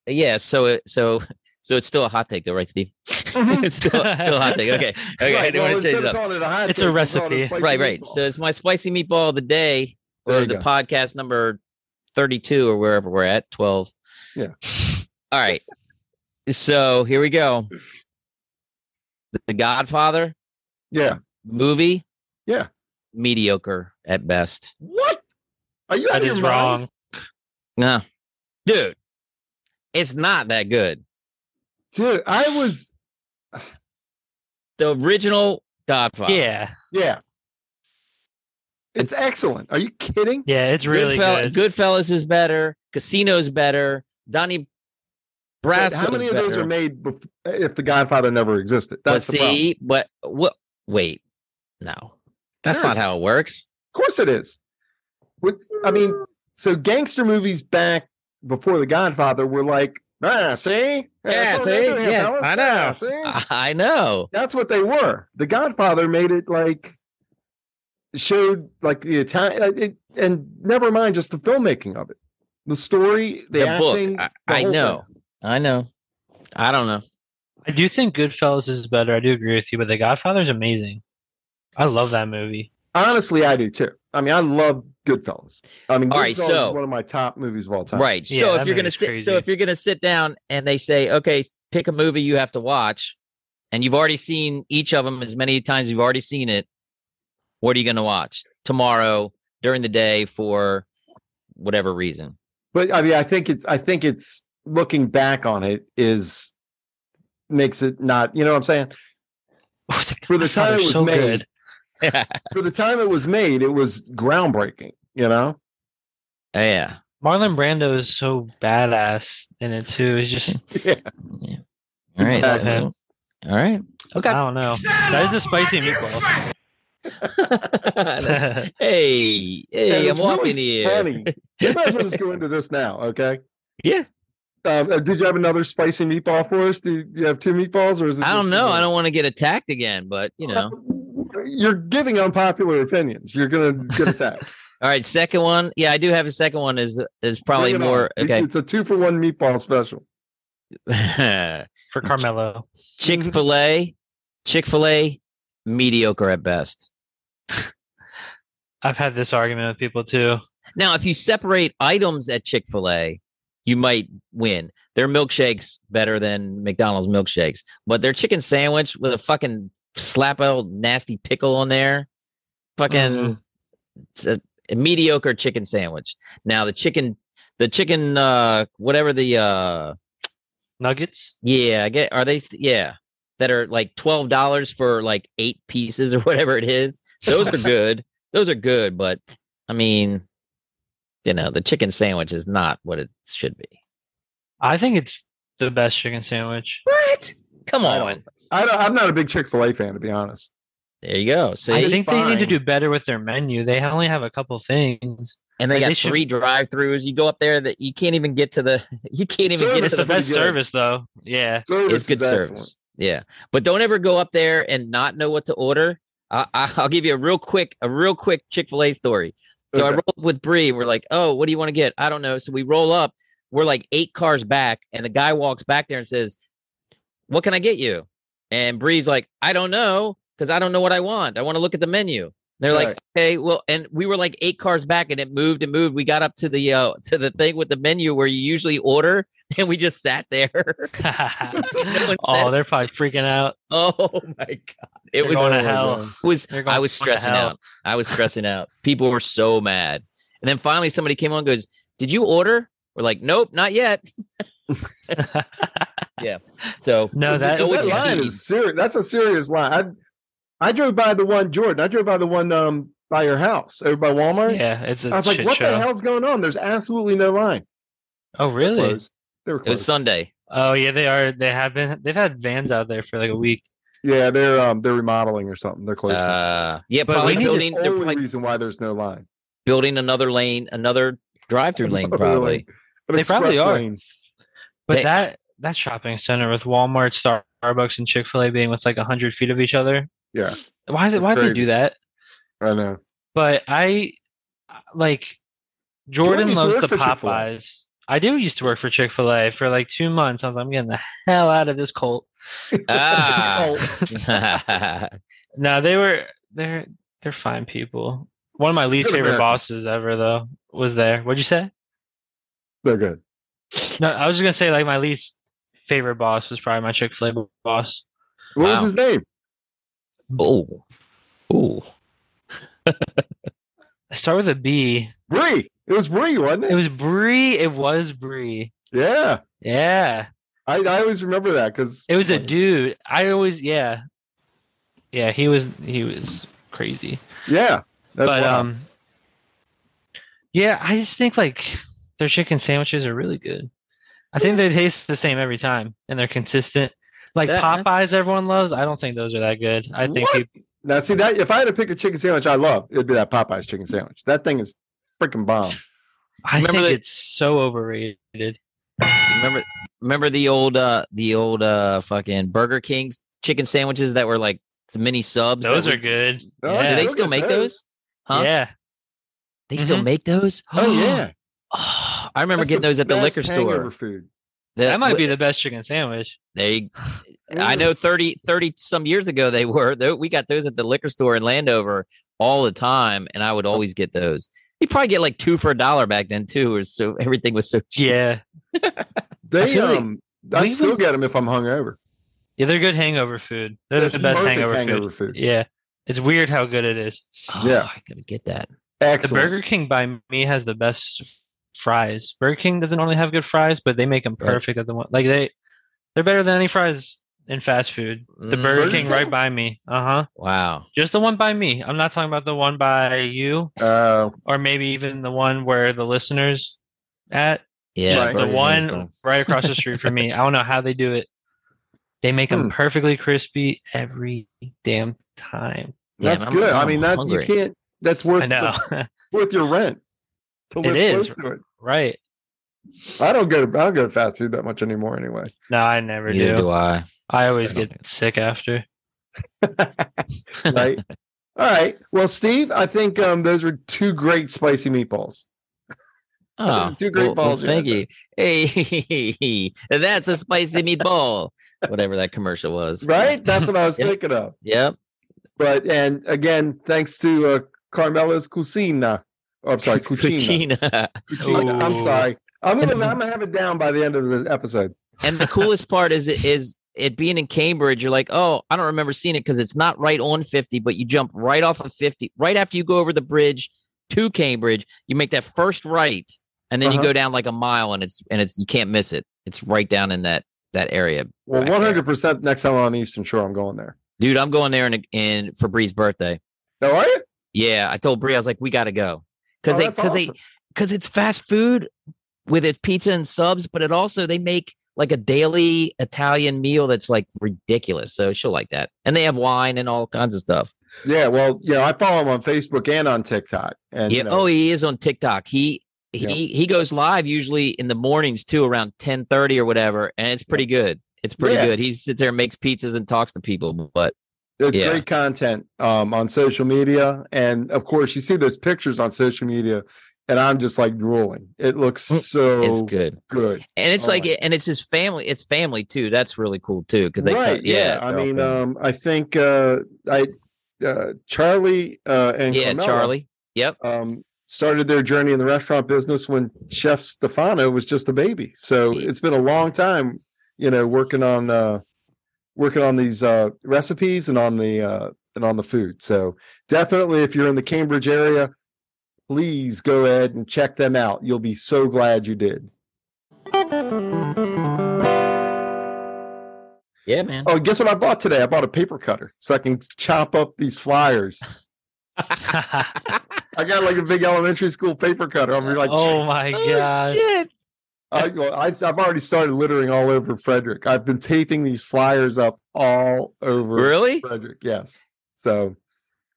[SPEAKER 2] yeah. So it so so it's still a hot take though, right, Steve?
[SPEAKER 3] Mm-hmm.
[SPEAKER 2] it's still, still a hot take. Okay, okay. I
[SPEAKER 1] Mm-hmm. Right, well,
[SPEAKER 2] didn't want to
[SPEAKER 1] instead
[SPEAKER 2] change
[SPEAKER 1] of
[SPEAKER 2] it up.
[SPEAKER 1] calling it a hot
[SPEAKER 3] It's
[SPEAKER 1] take,
[SPEAKER 3] a
[SPEAKER 1] we're calling it
[SPEAKER 3] recipe.
[SPEAKER 1] spicy
[SPEAKER 2] Right, right.
[SPEAKER 1] meatball.
[SPEAKER 2] So it's my spicy meatball of the day
[SPEAKER 1] There
[SPEAKER 2] or
[SPEAKER 1] you
[SPEAKER 2] the
[SPEAKER 1] go.
[SPEAKER 2] podcast number thirty-two or wherever we're at twelve.
[SPEAKER 1] Yeah.
[SPEAKER 2] All right. So here we go. The Godfather
[SPEAKER 1] yeah.
[SPEAKER 2] movie.
[SPEAKER 1] Yeah.
[SPEAKER 2] Mediocre at best.
[SPEAKER 1] What? Are you out
[SPEAKER 3] That
[SPEAKER 1] of your
[SPEAKER 3] is
[SPEAKER 1] mind?
[SPEAKER 3] wrong.
[SPEAKER 2] No, dude, it's not that good.
[SPEAKER 1] Dude, I was.
[SPEAKER 2] The original Godfather.
[SPEAKER 3] Yeah.
[SPEAKER 1] Yeah. It's excellent. Are you kidding?
[SPEAKER 3] Yeah, it's really
[SPEAKER 2] Goodfell-
[SPEAKER 3] good.
[SPEAKER 2] Goodfellas is better. Casino's better. Donnie
[SPEAKER 1] Wait,
[SPEAKER 2] Brasco.
[SPEAKER 1] How many of those are made bef- if The Godfather never existed? That's
[SPEAKER 2] but
[SPEAKER 1] the problem.
[SPEAKER 2] see, but what? Wait, no, that's
[SPEAKER 1] Seriously.
[SPEAKER 2] not how it works.
[SPEAKER 1] Of course it is. What, I mean, so gangster movies back before The Godfather were like, ah, see,
[SPEAKER 2] Yeah,
[SPEAKER 1] that's what they
[SPEAKER 2] see?
[SPEAKER 1] do here,
[SPEAKER 2] Yes,
[SPEAKER 1] fellas.
[SPEAKER 2] I know. Ah.
[SPEAKER 1] Yeah, see?
[SPEAKER 2] I know.
[SPEAKER 1] That's what they were. The Godfather made it like showed like the Italian, it, and never mind just the filmmaking of it, the story, the,
[SPEAKER 2] The,
[SPEAKER 1] acting.
[SPEAKER 2] book. I,
[SPEAKER 1] the
[SPEAKER 2] I
[SPEAKER 1] whole
[SPEAKER 2] know. I know. I don't know.
[SPEAKER 3] I do think Goodfellas is better. I do agree with you, but The Godfather is amazing. I love that movie.
[SPEAKER 1] thing. Honestly, I do too. I mean, I love Goodfellas. I mean,
[SPEAKER 2] All right,
[SPEAKER 1] Goodfellas
[SPEAKER 2] so-
[SPEAKER 1] is one of my top movies of all time.
[SPEAKER 2] Right.
[SPEAKER 3] Yeah,
[SPEAKER 2] so if
[SPEAKER 3] that
[SPEAKER 2] you're gonna
[SPEAKER 3] movie's
[SPEAKER 2] sit, so
[SPEAKER 3] crazy.
[SPEAKER 2] if you're gonna sit down and they say, okay, pick a movie you have to watch, and you've already seen each of them as many times you've already seen it, What are you going to watch tomorrow during the day for whatever reason?
[SPEAKER 1] But I mean, I think it's I think it's looking back on it is makes it not. You know what I'm saying? For the time
[SPEAKER 3] They're
[SPEAKER 1] it was
[SPEAKER 3] Oh, so
[SPEAKER 1] made,
[SPEAKER 3] good.
[SPEAKER 2] Oh,
[SPEAKER 1] for the time it was made, it was groundbreaking. You know,
[SPEAKER 2] yeah.
[SPEAKER 3] Marlon Brando is so badass in it too. He's just
[SPEAKER 1] yeah.
[SPEAKER 2] yeah. All right.
[SPEAKER 1] Exactly.
[SPEAKER 2] All right. Okay.
[SPEAKER 3] I don't know. That is a spicy meatball.
[SPEAKER 2] hey,
[SPEAKER 1] And
[SPEAKER 2] hey, I'm
[SPEAKER 1] it's really
[SPEAKER 2] walking here.
[SPEAKER 1] Funny. You might as well just go into this now, okay?
[SPEAKER 2] Yeah.
[SPEAKER 1] Um, uh, did you have another spicy meatball for us? Do you, do you have two meatballs, or is it just
[SPEAKER 2] I don't know.
[SPEAKER 1] one?
[SPEAKER 2] I don't want to get attacked again, but you know.
[SPEAKER 1] You're giving unpopular opinions. You're gonna get attacked.
[SPEAKER 2] All right, second one. Yeah, I do have a second one. Is is probably
[SPEAKER 1] Bring it on.
[SPEAKER 2] more
[SPEAKER 1] It- It's a two for one meatball special.
[SPEAKER 2] okay.
[SPEAKER 3] for Carmelo.
[SPEAKER 2] Chick Fil A, Chick Fil A, mediocre at best.
[SPEAKER 3] I've had this argument with people too.
[SPEAKER 2] Now, if you separate items at Chick Fil A, you might win. Their milkshakes better than McDonald's milkshakes, but their chicken sandwich with a fucking slap out nasty pickle on there, fucking
[SPEAKER 3] Mhm.
[SPEAKER 2] it's a, a mediocre chicken sandwich. Now the chicken, the chicken, uh, whatever the uh.
[SPEAKER 3] Nuggets.
[SPEAKER 2] Yeah, I get. Are they? s- Yeah, that are like twelve dollars for like eight pieces or whatever it is. Those are good. Those are good, but I mean, you know, the chicken sandwich is not what it should be.
[SPEAKER 3] I think it's the best chicken sandwich.
[SPEAKER 2] What? Come
[SPEAKER 1] I
[SPEAKER 2] on.
[SPEAKER 1] I don't, I'm not a big Chick Fil A fan, to be honest.
[SPEAKER 2] There you go. See,
[SPEAKER 3] I
[SPEAKER 1] It's
[SPEAKER 3] think they need to
[SPEAKER 1] fine.
[SPEAKER 3] do better with their menu. They only have a couple things.
[SPEAKER 2] and they
[SPEAKER 3] like,
[SPEAKER 2] got
[SPEAKER 3] they should-
[SPEAKER 2] three drive-throughs. You go up there that you can't even get to the. You can't even get
[SPEAKER 1] Service
[SPEAKER 3] It's
[SPEAKER 2] to
[SPEAKER 3] the
[SPEAKER 2] the.
[SPEAKER 1] pretty
[SPEAKER 3] best
[SPEAKER 1] good.
[SPEAKER 3] service though. Yeah.
[SPEAKER 1] Service
[SPEAKER 2] It's good
[SPEAKER 1] is excellent.
[SPEAKER 2] service. Yeah, but don't ever go up there and not know what to order. I, I, I'll give you a real quick, a real quick Chick Fil A story. So I
[SPEAKER 1] Okay.
[SPEAKER 2] roll up with Bree. We're like, oh, what do you want to get? I don't know. So we roll up. We're like eight cars back, and the guy walks back there and says, "What can I get you?" And Bree's like, "I don't know, because I don't know what I want. I want to look at the menu." And they're like,
[SPEAKER 1] Right.
[SPEAKER 2] "Okay, well," and we were like eight cars back, and it moved and moved. We got up to the uh, to the thing with the menu where you usually order, and we just sat there. said
[SPEAKER 3] oh,
[SPEAKER 2] it.
[SPEAKER 3] they're probably freaking out.
[SPEAKER 2] oh my god, it
[SPEAKER 3] They're
[SPEAKER 2] was
[SPEAKER 3] going to
[SPEAKER 1] Oh,
[SPEAKER 3] hell.
[SPEAKER 1] man.
[SPEAKER 2] it was
[SPEAKER 3] They're
[SPEAKER 2] I
[SPEAKER 3] going
[SPEAKER 2] was
[SPEAKER 3] to
[SPEAKER 2] stressing
[SPEAKER 3] hell.
[SPEAKER 2] out. I was stressing out. People were so mad. And then finally somebody came on and goes, Did you order? We're like, Nope, not yet. So
[SPEAKER 1] Because
[SPEAKER 2] No,
[SPEAKER 3] no, that,
[SPEAKER 1] that
[SPEAKER 2] it's
[SPEAKER 1] line
[SPEAKER 2] mean.
[SPEAKER 1] is serious. That's a serious line. I I drove by the one Jordan. I drove by the one um by your house over by Walmart.
[SPEAKER 3] yeah, it's a
[SPEAKER 1] I was like,
[SPEAKER 3] shit
[SPEAKER 1] what
[SPEAKER 3] show.
[SPEAKER 1] the hell's going on? There's absolutely no line.
[SPEAKER 3] Oh, really?
[SPEAKER 1] Closed. They were
[SPEAKER 2] it was
[SPEAKER 1] closed.
[SPEAKER 2] Sunday.
[SPEAKER 3] Oh, yeah, they are. They have been. They've had vans out there for like a week.
[SPEAKER 1] yeah, they're um they're remodeling or something. They're closed.
[SPEAKER 2] Uh yeah,
[SPEAKER 3] But
[SPEAKER 2] probably
[SPEAKER 3] we need to
[SPEAKER 2] building
[SPEAKER 1] the
[SPEAKER 2] they're
[SPEAKER 1] only
[SPEAKER 2] probably
[SPEAKER 1] reason why there's no line.
[SPEAKER 2] building another lane, another drive through lane,
[SPEAKER 1] Another lane.
[SPEAKER 2] probably.
[SPEAKER 1] An
[SPEAKER 3] They probably
[SPEAKER 1] express
[SPEAKER 3] are.
[SPEAKER 1] lane.
[SPEAKER 3] But
[SPEAKER 2] Damn.
[SPEAKER 3] that that shopping center with Walmart, Starbucks, and Chick Fil A being with like hundred feet of each other.
[SPEAKER 1] Yeah.
[SPEAKER 3] Why is it?
[SPEAKER 1] It's
[SPEAKER 3] Why do they
[SPEAKER 1] crazy.
[SPEAKER 3] do that?
[SPEAKER 1] I know.
[SPEAKER 3] But I like
[SPEAKER 1] Jordan
[SPEAKER 3] Jordan,
[SPEAKER 1] used to
[SPEAKER 3] loves
[SPEAKER 1] work
[SPEAKER 3] the
[SPEAKER 1] for Chick-fil-A.
[SPEAKER 3] Popeyes. I do used to work for Chick Fil A for like two months. I was like, I'm getting the hell out of this cult.
[SPEAKER 1] Oh,
[SPEAKER 2] Ah.
[SPEAKER 3] No, they were they're they're fine people. One of my least
[SPEAKER 1] Good
[SPEAKER 3] favorite
[SPEAKER 1] Americans.
[SPEAKER 3] bosses ever though was there. What'd you say?
[SPEAKER 1] They're good.
[SPEAKER 3] No, I was just gonna say like my least favorite boss was probably my Chick Fil A boss.
[SPEAKER 1] What was
[SPEAKER 2] Wow.
[SPEAKER 1] his name?
[SPEAKER 2] oh. Oh.
[SPEAKER 3] I start with a B.
[SPEAKER 1] Bree. It was Bree, wasn't it?
[SPEAKER 3] It was Bree. It was Bree.
[SPEAKER 1] yeah.
[SPEAKER 3] Yeah,
[SPEAKER 1] I, I always remember that because
[SPEAKER 3] it was a
[SPEAKER 1] Right.
[SPEAKER 3] dude. I always yeah, yeah. He was he was crazy.
[SPEAKER 1] yeah. That's
[SPEAKER 3] but
[SPEAKER 1] wild.
[SPEAKER 3] um, yeah. I just think like their chicken sandwiches are really good. I think they taste the same every time, and they're consistent. Like
[SPEAKER 2] Yeah.
[SPEAKER 3] Popeyes, everyone loves. I don't think those are that good. I think
[SPEAKER 1] What?
[SPEAKER 3] people,
[SPEAKER 1] Now, see that if I had to pick a chicken sandwich I love, it'd be that Popeyes chicken sandwich. That thing is freaking bomb.
[SPEAKER 3] I
[SPEAKER 2] Remember
[SPEAKER 3] think
[SPEAKER 2] the-
[SPEAKER 3] it's so overrated.
[SPEAKER 2] Remember remember the old uh the old uh fucking Burger King's chicken sandwiches that were like the mini subs? that
[SPEAKER 3] Those
[SPEAKER 2] we-
[SPEAKER 3] are good.
[SPEAKER 1] Oh,
[SPEAKER 3] Yeah.
[SPEAKER 2] Do they
[SPEAKER 1] look
[SPEAKER 2] still
[SPEAKER 1] at
[SPEAKER 2] make those? Huh?
[SPEAKER 3] Yeah.
[SPEAKER 2] They still
[SPEAKER 3] Mhm.
[SPEAKER 2] make those?
[SPEAKER 1] Oh yeah,
[SPEAKER 2] Oh, I remember
[SPEAKER 1] That's
[SPEAKER 2] getting
[SPEAKER 1] the
[SPEAKER 2] those at the
[SPEAKER 1] best
[SPEAKER 2] liquor
[SPEAKER 1] hangover
[SPEAKER 2] store.
[SPEAKER 1] Food.
[SPEAKER 3] That might be the best chicken sandwich.
[SPEAKER 2] They, I know 30, 30 some years ago they were. They, we got those at the liquor store in Landover all the time, and I would always get those. You probably get like two for a dollar back then too, or so everything was so cheap.
[SPEAKER 3] Yeah.
[SPEAKER 1] They
[SPEAKER 2] feel like
[SPEAKER 1] um, I
[SPEAKER 3] we
[SPEAKER 1] still
[SPEAKER 3] would-
[SPEAKER 1] get them if I'm hungover.
[SPEAKER 3] Yeah, they're good hangover food. They're
[SPEAKER 1] That's
[SPEAKER 3] the best
[SPEAKER 1] perfect
[SPEAKER 3] hangover, food. Yeah. It's weird how good it is.
[SPEAKER 2] Oh,
[SPEAKER 1] Yeah.
[SPEAKER 2] I gotta get that.
[SPEAKER 3] The
[SPEAKER 1] Excellent.
[SPEAKER 3] Burger King by me has the best fries. Burger King doesn't normally have good fries, but they make them
[SPEAKER 2] Right.
[SPEAKER 3] perfect at the one. Like they, they're better than any fries in fast food. The
[SPEAKER 2] Mm,
[SPEAKER 3] Burger
[SPEAKER 1] Burger
[SPEAKER 3] King right by me. Uh huh.
[SPEAKER 2] Wow.
[SPEAKER 3] Just the one by me. I'm not talking about the one by you,
[SPEAKER 1] Uh,
[SPEAKER 3] or maybe even the one where the listeners at.
[SPEAKER 2] Yeah.
[SPEAKER 3] Just
[SPEAKER 1] Right.
[SPEAKER 3] the
[SPEAKER 2] Burger King's
[SPEAKER 3] one
[SPEAKER 2] done.
[SPEAKER 3] right across the street from me. I don't know how they do it. They make them
[SPEAKER 1] Hmm.
[SPEAKER 3] perfectly crispy every damn time.
[SPEAKER 1] that's
[SPEAKER 2] Damn, I'm-
[SPEAKER 1] good. i
[SPEAKER 2] I'm
[SPEAKER 1] mean, that's
[SPEAKER 2] hungry.
[SPEAKER 1] you can't. That's worth
[SPEAKER 3] I know,
[SPEAKER 1] worth your rent to
[SPEAKER 3] It
[SPEAKER 1] live
[SPEAKER 3] is.
[SPEAKER 1] close to it.
[SPEAKER 3] right?
[SPEAKER 1] I don't go. To, I don't go to fast food that much anymore. Anyway,
[SPEAKER 3] No, I never
[SPEAKER 2] Neither
[SPEAKER 3] do.
[SPEAKER 2] do I.
[SPEAKER 3] I always
[SPEAKER 2] I don't
[SPEAKER 3] get sick after.
[SPEAKER 1] right? All right. Well, Steve, I think um, those were two great spicy meatballs.
[SPEAKER 2] Oh,
[SPEAKER 1] two great balls you
[SPEAKER 2] thank
[SPEAKER 1] had
[SPEAKER 2] you. Hey, that's a spicy meatball. Whatever that commercial was.
[SPEAKER 1] Right? That's what I was
[SPEAKER 2] Yep.
[SPEAKER 1] thinking of.
[SPEAKER 2] Yep.
[SPEAKER 1] But and again, thanks to uh, Carmela's Cucina. Oh, I'm sorry, Cucina.
[SPEAKER 2] Cucina.
[SPEAKER 1] Cucina. I'm
[SPEAKER 3] Ooh.
[SPEAKER 1] sorry. I'm gonna.
[SPEAKER 2] And-
[SPEAKER 1] I'm gonna have it down by the end of the episode.
[SPEAKER 2] And the coolest part is it is it being in Cambridge, you're like, oh, I don't remember seeing it because it's not right on 50, but you jump right off of 50, right after you go over the bridge to Cambridge, you make that first right, and then you
[SPEAKER 1] Uh-huh.
[SPEAKER 2] go down like a mile and it's and it's you can't miss it. It's right down in that that area.
[SPEAKER 1] Well,
[SPEAKER 2] Back there.
[SPEAKER 1] 100 percent next time I'm on the Eastern Shore, I'm going there.
[SPEAKER 2] Dude, I'm going there in in for Bree's birthday.
[SPEAKER 1] Oh, are you?
[SPEAKER 2] Yeah, I told Bree, I was like, we gotta go.
[SPEAKER 1] Oh,
[SPEAKER 2] Cause they
[SPEAKER 1] that's
[SPEAKER 2] cause they
[SPEAKER 1] awesome.
[SPEAKER 2] because it's fast food with its pizza and subs, but it also they make like a daily Italian meal that's like ridiculous. So she'll like that, and they have wine and all kinds of stuff.
[SPEAKER 1] Yeah, well, yeah, I follow him on Facebook and on TikTok. And
[SPEAKER 2] yeah.
[SPEAKER 1] you know,
[SPEAKER 2] Oh, he is on TikTok. He he
[SPEAKER 1] Yeah.
[SPEAKER 2] he goes live usually in the mornings too, around ten thirty or whatever, and it's pretty good. It's pretty
[SPEAKER 1] Yeah.
[SPEAKER 2] good. He sits there and makes pizzas and talks to people, but
[SPEAKER 1] it's
[SPEAKER 2] yeah.
[SPEAKER 1] great content um, on social media, and of course, you see those pictures on social media, and I'm just like drooling. It looks
[SPEAKER 2] Mm, it's
[SPEAKER 1] so good.
[SPEAKER 2] good. And it's
[SPEAKER 1] Oh
[SPEAKER 2] like,
[SPEAKER 1] my-
[SPEAKER 2] and it's his family. It's family too. That's really cool too, because they,
[SPEAKER 1] right? Yeah, I
[SPEAKER 2] they're all
[SPEAKER 1] mean,
[SPEAKER 2] family.
[SPEAKER 1] um, I think uh, I uh, Charlie uh, and
[SPEAKER 2] yeah,
[SPEAKER 1] Carmela,
[SPEAKER 2] Charlie. Yep.
[SPEAKER 1] um, started their journey in the restaurant business when Chef Stefano was just a baby. So
[SPEAKER 2] Yeah.
[SPEAKER 1] it's been a long time, you know, working on uh, working on these uh, recipes and on the uh, and on the food. So definitely, if you're in the Cambridge area, please go ahead and check them out. You'll be so glad you did.
[SPEAKER 2] Yeah, man.
[SPEAKER 1] Oh, guess what I bought today? I bought a paper cutter so I can chop up these flyers. I got like a big elementary school paper cutter. I'm like,
[SPEAKER 3] oh my god!
[SPEAKER 2] shit.
[SPEAKER 1] I, well, I, I've already started littering all over Frederick. I've been taping these flyers up all over
[SPEAKER 2] Really?
[SPEAKER 1] Frederick. Yes. So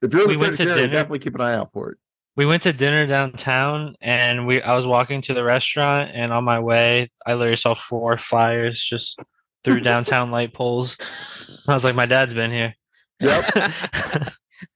[SPEAKER 1] if you're in
[SPEAKER 3] We
[SPEAKER 1] the
[SPEAKER 3] went to
[SPEAKER 1] Frederick area,
[SPEAKER 3] dinner.
[SPEAKER 1] definitely keep an eye out for it.
[SPEAKER 3] We went to dinner downtown, and we I was walking to the restaurant, and on my way, I literally saw four flyers just through downtown light poles. I was like, my dad's been here.
[SPEAKER 1] Yep.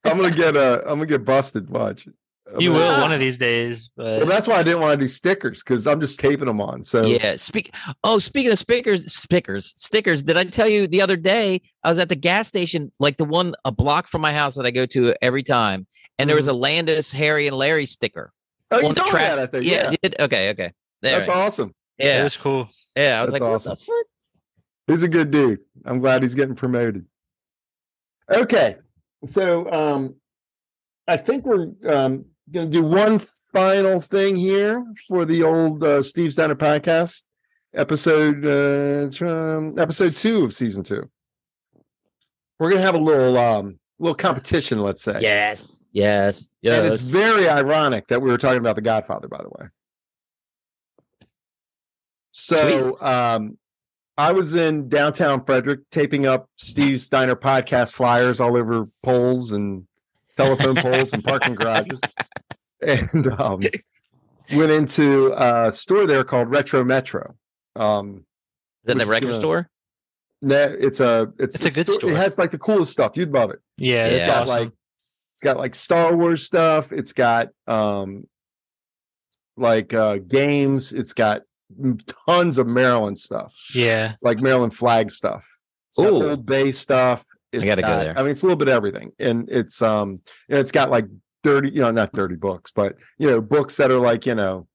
[SPEAKER 1] I'm gonna get uh, I'm gonna get busted. Watch. I'm
[SPEAKER 3] You
[SPEAKER 1] gonna-
[SPEAKER 3] will one of these days,
[SPEAKER 1] Well,
[SPEAKER 3] but
[SPEAKER 1] that's why I didn't want to do stickers because I'm just taping them on. So
[SPEAKER 2] Yeah. Speak. Oh, speaking of speakers, stickers, stickers. Did I tell you the other day? I was at the gas station, like the one a block from my house that I go to every time, and there was
[SPEAKER 1] Mm-hmm.
[SPEAKER 2] a Landis, Harry, and Larry sticker.
[SPEAKER 1] oh, you
[SPEAKER 2] on the
[SPEAKER 1] told me
[SPEAKER 2] track-
[SPEAKER 1] that I think. Yeah,
[SPEAKER 2] Yeah. Did, okay. Okay. There,
[SPEAKER 1] that's awesome.
[SPEAKER 3] it
[SPEAKER 2] Yeah.
[SPEAKER 3] was cool.
[SPEAKER 2] Yeah. I was
[SPEAKER 1] That's
[SPEAKER 2] like,
[SPEAKER 1] awesome.
[SPEAKER 2] what the fuck?
[SPEAKER 1] He's a good dude. I'm glad he's getting promoted. Okay. So um I think we're um gonna do one final thing here for the old uh, Steve Steiner podcast episode uh trum- episode 2 of season 2. We're going to have a little um little competition, let's say.
[SPEAKER 2] Yes. Yes. Yes.
[SPEAKER 1] And it's very ironic that we were talking about The Godfather, by the way. So um, I was in downtown Frederick taping up Steve Steiner podcast flyers all over poles and telephone poles and parking garages. And um, went into a store there called Retro Metro. Um,
[SPEAKER 2] Is that the
[SPEAKER 1] we're
[SPEAKER 2] record
[SPEAKER 1] still-
[SPEAKER 2] store?
[SPEAKER 1] no, it's a it's,
[SPEAKER 3] It's a good
[SPEAKER 1] It
[SPEAKER 3] store.
[SPEAKER 1] has like the coolest stuff. You'd love it.
[SPEAKER 3] Yeah,
[SPEAKER 1] It's
[SPEAKER 3] it's
[SPEAKER 2] Yeah.
[SPEAKER 1] got
[SPEAKER 3] awesome.
[SPEAKER 1] like it's got like Star Wars stuff. It's got um like uh games. It's got tons of Maryland stuff,
[SPEAKER 3] yeah,
[SPEAKER 1] like Maryland flag stuff. It's got
[SPEAKER 2] Ooh.
[SPEAKER 1] Old Bay stuff. It's
[SPEAKER 2] gotta go
[SPEAKER 1] got-
[SPEAKER 2] there.
[SPEAKER 1] I mean, it's a little bit of everything, and it's um and it's got like dirty, you know, not dirty books, but you know, books that are like you know,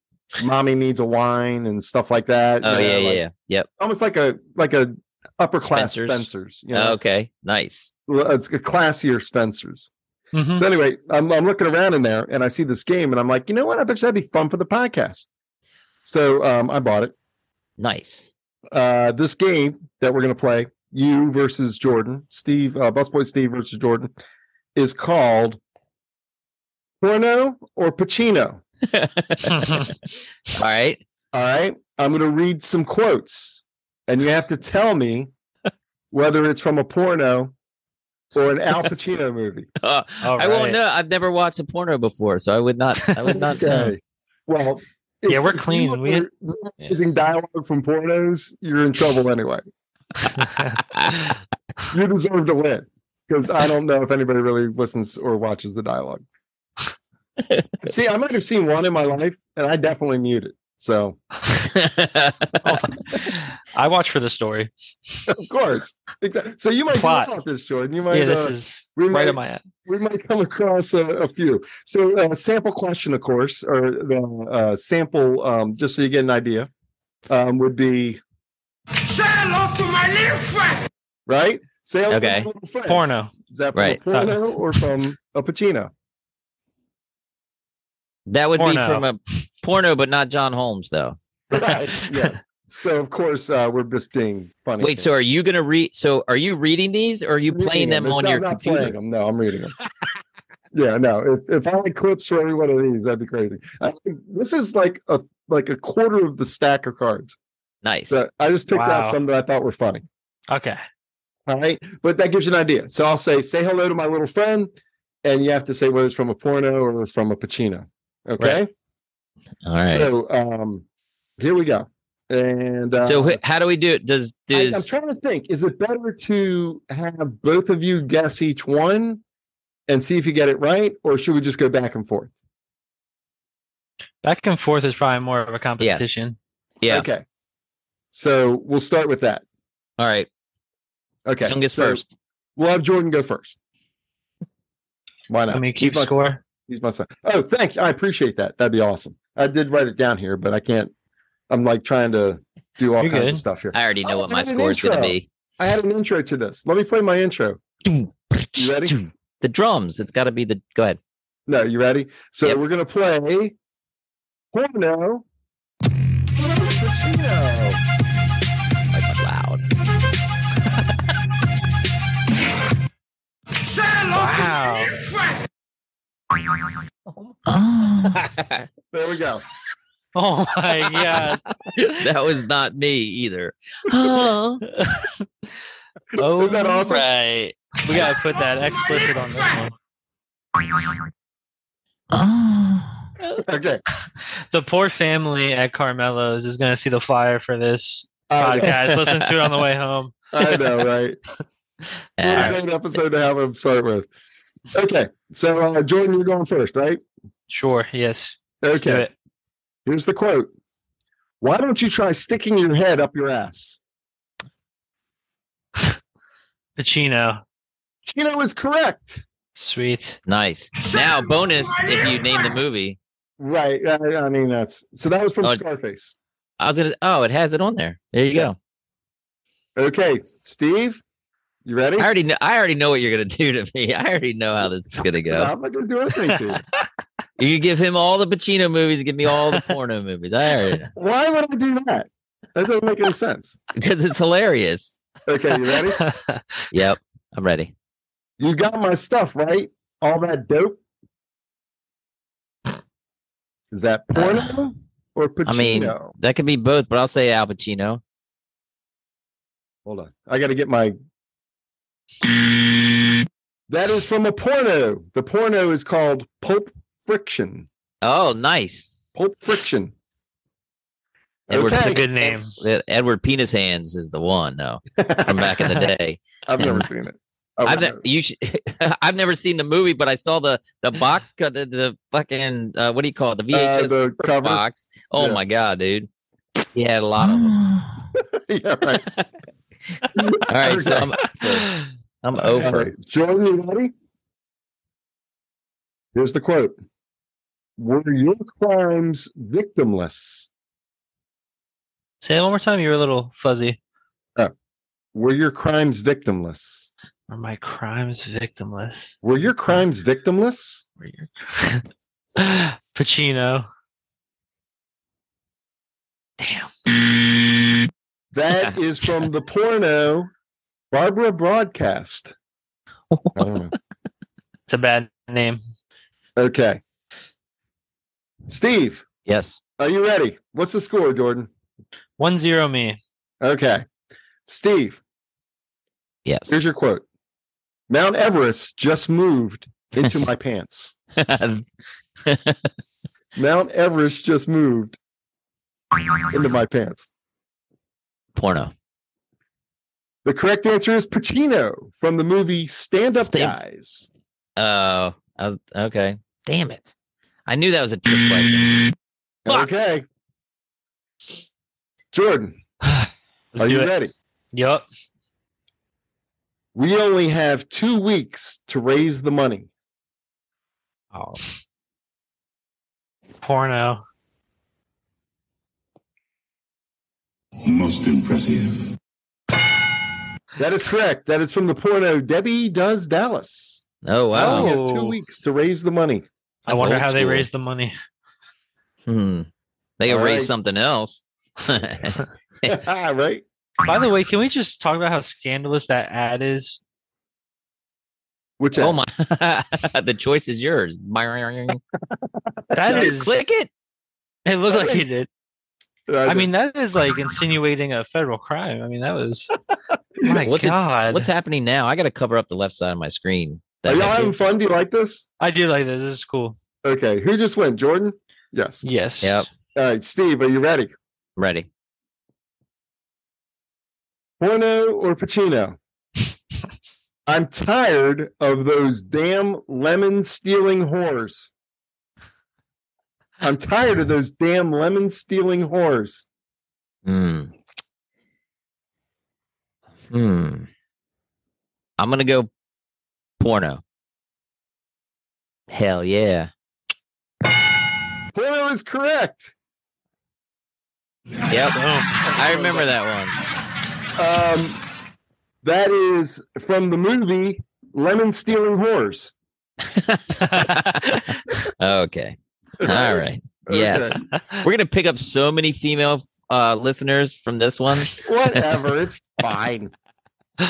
[SPEAKER 1] mommy needs a wine and stuff like that. you
[SPEAKER 2] Oh
[SPEAKER 1] know,
[SPEAKER 2] yeah. Yeah.
[SPEAKER 1] like-
[SPEAKER 2] yeah. Yep.
[SPEAKER 1] almost like a like a upper class
[SPEAKER 2] Spencer's. Oh,
[SPEAKER 1] Spencer's. you know?
[SPEAKER 2] Okay. Nice.
[SPEAKER 1] Well, it's a classier Spencer's.
[SPEAKER 3] Mhm.
[SPEAKER 1] So anyway, I'm, I'm looking around in there and I see this game and I'm like, you know what? I bet you that'd be fun for the podcast. So um, I bought it.
[SPEAKER 2] Nice.
[SPEAKER 1] Uh, this game that we're going to play, you versus Jordan, Steve, uh, Busboy Steve versus Jordan, is called Porno or Pacino.
[SPEAKER 2] All right.
[SPEAKER 1] All right. I'm going to read some quotes and you have to tell me whether it's from a porno or an Al Pacino movie.
[SPEAKER 2] Uh,
[SPEAKER 3] All
[SPEAKER 2] I won't
[SPEAKER 3] right.
[SPEAKER 2] know. I've never watched a porno before, so I would not. I would not. know.
[SPEAKER 1] Well, if-
[SPEAKER 3] Yeah, we're
[SPEAKER 1] if you
[SPEAKER 3] clean. We-
[SPEAKER 1] were using dialogue from pornos, you're in trouble anyway. You deserve to win because I don't know if anybody really listens or watches the dialogue. See, I might have seen one in my life, and I definitely mute it. So,
[SPEAKER 3] I watch for the story.
[SPEAKER 1] of course, exactly. So you might
[SPEAKER 3] Plot.
[SPEAKER 1] know about this, Jordan. You might.
[SPEAKER 3] Yeah, this
[SPEAKER 1] uh,
[SPEAKER 3] is
[SPEAKER 1] we might
[SPEAKER 3] right in my ad.
[SPEAKER 1] we might come across a, a few. So, uh, sample question, of course, or the uh, sample, um, just so you get an idea, um, would be
[SPEAKER 4] Say hello to my little friend.
[SPEAKER 1] right. Say hello to
[SPEAKER 2] Okay.
[SPEAKER 1] my little friend.
[SPEAKER 3] Porno.
[SPEAKER 1] Is that from
[SPEAKER 2] Right.
[SPEAKER 1] a porno or from a Pacino?
[SPEAKER 2] that would be
[SPEAKER 3] Porno.
[SPEAKER 2] from a porno, but not John Holmes, though.
[SPEAKER 1] Right. Yeah. So of course uh, we're just being funny.
[SPEAKER 2] Wait. So are you gonna read? So are you reading these, or are you
[SPEAKER 1] I'm reading
[SPEAKER 2] playing them
[SPEAKER 1] It's
[SPEAKER 2] on
[SPEAKER 1] not-
[SPEAKER 2] your
[SPEAKER 1] I'm not
[SPEAKER 2] computer?
[SPEAKER 1] Playing them. No, I'm reading them. yeah, no. If, if I had clips for every one of these, that'd be crazy. I, think this is like a like a quarter of the stack of cards.
[SPEAKER 2] Nice.
[SPEAKER 1] So I just picked out
[SPEAKER 3] Wow.
[SPEAKER 1] some that I thought were funny.
[SPEAKER 3] Okay.
[SPEAKER 1] All right, but that gives you an idea. So I'll say, "Say hello to my little friend," and you have to say whether it's from a porno or from a Pacino. Okay.
[SPEAKER 2] All right. So,
[SPEAKER 1] So um, here we go. And uh,
[SPEAKER 2] wh- how do we do it? Does
[SPEAKER 1] I, am
[SPEAKER 2] does
[SPEAKER 1] trying to think. Is it better to have both of you guess each one and see if you get it right, or should we just go back and forth?
[SPEAKER 3] Back and forth is probably more of a competition.
[SPEAKER 2] yeah?
[SPEAKER 1] Okay. So we'll start with that.
[SPEAKER 2] All right.
[SPEAKER 1] Okay.
[SPEAKER 2] Youngest
[SPEAKER 1] so
[SPEAKER 2] first.
[SPEAKER 1] We'll have Jordan go first. Why not?
[SPEAKER 3] Let me
[SPEAKER 1] He's
[SPEAKER 3] keep
[SPEAKER 1] my-
[SPEAKER 3] score.
[SPEAKER 1] He's my son. Oh, thanks. I appreciate that. That'd be awesome. I did write it down here, but I can't. I'm like trying to do all
[SPEAKER 3] You're
[SPEAKER 1] kinds
[SPEAKER 3] good.
[SPEAKER 1] of stuff here.
[SPEAKER 2] I already know
[SPEAKER 1] Oh,
[SPEAKER 2] what
[SPEAKER 1] I
[SPEAKER 2] my
[SPEAKER 1] have an
[SPEAKER 2] score is gonna
[SPEAKER 1] intro.
[SPEAKER 2] be.
[SPEAKER 1] I had an intro to this. Let me play my intro. You ready?
[SPEAKER 2] The drums. It's got to be the. Go ahead.
[SPEAKER 1] No, you ready? So
[SPEAKER 2] Yep.
[SPEAKER 1] we're gonna play porno. Pacino.
[SPEAKER 2] That's loud.
[SPEAKER 4] Say hello
[SPEAKER 3] Wow.
[SPEAKER 4] to my little friend.
[SPEAKER 2] that
[SPEAKER 1] There we go.
[SPEAKER 3] Oh my god.
[SPEAKER 2] was not me either. Oh.
[SPEAKER 3] Oh,
[SPEAKER 1] Isn't that awesome?
[SPEAKER 3] right. We gotta put that explicit on this one.
[SPEAKER 1] Okay.
[SPEAKER 3] The poor family at Carmelo's is gonna see the flyer for this
[SPEAKER 1] I know,
[SPEAKER 3] podcast. Listen to it on the way home.
[SPEAKER 1] I know, right? What a
[SPEAKER 2] Uh,
[SPEAKER 1] great episode to have him start with. Okay, so uh, Jordan, you're going first, right?
[SPEAKER 3] Sure. Yes. Let's do
[SPEAKER 1] Okay.
[SPEAKER 3] it.
[SPEAKER 1] Here's the quote. Why don't you try sticking your head up your ass?
[SPEAKER 3] Pacino.
[SPEAKER 1] Chino is correct.
[SPEAKER 3] Sweet.
[SPEAKER 2] nice. Now, bonus if you name the movie.
[SPEAKER 1] Right. I, I mean, that's so that was from
[SPEAKER 2] Oh.
[SPEAKER 1] Scarface.
[SPEAKER 2] I was gonna. Oh, it has it on there. There you go.
[SPEAKER 1] Okay, Steve, you ready?
[SPEAKER 2] I already know. I already know what you're gonna do to me. I already know how this is
[SPEAKER 1] No,
[SPEAKER 2] gonna go.
[SPEAKER 1] I'm not gonna do anything to you.
[SPEAKER 2] You give him all the Pacino movies. Give me all the porno movies. I already know.
[SPEAKER 1] Why would I do that? That doesn't make any sense.
[SPEAKER 2] because it's hilarious.
[SPEAKER 1] Okay, you ready?
[SPEAKER 2] Yep, I'm ready.
[SPEAKER 1] You got my stuff, right? All that dope. Is that porno or Pacino?
[SPEAKER 2] Uh, I mean, that could be both, but I'll say Al Pacino.
[SPEAKER 1] Hold on. I got to get my. That is from a porno. The porno is called Pulp Friction.
[SPEAKER 2] Oh, nice.
[SPEAKER 1] Pulp Friction.
[SPEAKER 2] Edward,
[SPEAKER 3] That's
[SPEAKER 1] Okay.
[SPEAKER 3] a good name.
[SPEAKER 2] Ed- Edward Penis Hands is the one though from back in the day.
[SPEAKER 1] I've never seen it. I would
[SPEAKER 2] I've ne-
[SPEAKER 1] never-
[SPEAKER 2] you should, I've never seen the movie, but I saw the the box cut the, the fucking uh, what do you call it the VHS
[SPEAKER 1] uh, the cover.
[SPEAKER 2] box. Oh
[SPEAKER 1] Yeah.
[SPEAKER 2] my god, dude, he had a lot of them.
[SPEAKER 1] yeah, right.
[SPEAKER 2] All right, so I'm I'm over.
[SPEAKER 1] Alright, Jordan, you ready? Here's the quote Were your crimes victimless?
[SPEAKER 3] Say it one more time. You were a little fuzzy.
[SPEAKER 1] Were your crimes victimless?
[SPEAKER 3] Are my crimes victimless?
[SPEAKER 1] Were your crimes victimless?
[SPEAKER 3] Were your Pacino? Damn.
[SPEAKER 1] That is from the porno Barbara Broadcast. Oh. I don't know.
[SPEAKER 3] It's a bad name.
[SPEAKER 1] Okay. Steve,
[SPEAKER 2] Yes.
[SPEAKER 1] are you ready? What's the score, Jordan?
[SPEAKER 3] One zero me.
[SPEAKER 1] Okay. Steve,
[SPEAKER 2] Yes.
[SPEAKER 1] here's your quote Mount Everest just moved into my pants. Mount Everest just moved into my pants.
[SPEAKER 2] Porno.
[SPEAKER 1] The correct answer is Pacino from the movie Stand Up
[SPEAKER 2] Stand-
[SPEAKER 1] Guys.
[SPEAKER 2] Oh, I was- okay. Damn it. I knew that was a trick question. Fuck.
[SPEAKER 1] Okay. Jordan,
[SPEAKER 3] Let's
[SPEAKER 1] are
[SPEAKER 3] do
[SPEAKER 1] you
[SPEAKER 3] it.
[SPEAKER 1] ready?
[SPEAKER 3] Yup.
[SPEAKER 1] We only have two weeks to raise the money.
[SPEAKER 3] Oh. Porno.
[SPEAKER 5] Most impressive.
[SPEAKER 1] That is correct. That is from the porno Debbie Does Dallas.
[SPEAKER 2] Oh,
[SPEAKER 1] We
[SPEAKER 2] wow.
[SPEAKER 1] only have two
[SPEAKER 3] Oh.
[SPEAKER 1] weeks to raise the money.
[SPEAKER 3] I
[SPEAKER 2] That's
[SPEAKER 3] wonder
[SPEAKER 2] old
[SPEAKER 3] how they
[SPEAKER 2] school.
[SPEAKER 3] raised the money.
[SPEAKER 2] Hmm. They could
[SPEAKER 1] All
[SPEAKER 2] raise
[SPEAKER 1] right.
[SPEAKER 2] something else. Oh,
[SPEAKER 1] right?
[SPEAKER 3] By the way, can we just talk about how scandalous that ad is?
[SPEAKER 1] Which
[SPEAKER 2] Oh my! the choice is yours. That
[SPEAKER 3] That is.
[SPEAKER 2] click it.
[SPEAKER 3] It looked like he did.
[SPEAKER 1] I
[SPEAKER 3] I mean, that is like insinuating a federal crime. I mean, that was. My
[SPEAKER 2] What's it-
[SPEAKER 3] God.
[SPEAKER 2] What's happening now? I got to cover up the left side of my screen.
[SPEAKER 1] are
[SPEAKER 2] That-
[SPEAKER 1] y'all having fun? Do you like this?
[SPEAKER 3] I do like this. This is cool.
[SPEAKER 1] Okay. Who just went? Jordan? Yes.
[SPEAKER 3] Yes.
[SPEAKER 2] Yep.
[SPEAKER 1] All right. Steve, are you ready?
[SPEAKER 2] Ready?
[SPEAKER 1] Porno or Pacino? I'm tired of those damn lemon stealing whores. I'm tired of those damn lemon stealing whores.
[SPEAKER 2] Hmm. Hmm. I'm gonna go porno. Hell yeah!
[SPEAKER 1] Porno is correct.
[SPEAKER 2] Yep. I remember that one.
[SPEAKER 1] Um, that is from the movie Lemon Stealing Whores.
[SPEAKER 2] okay. All right.
[SPEAKER 1] Okay.
[SPEAKER 2] Yes. We're gonna pick up so many female uh, listeners from this one.
[SPEAKER 1] Whatever. It's fine. All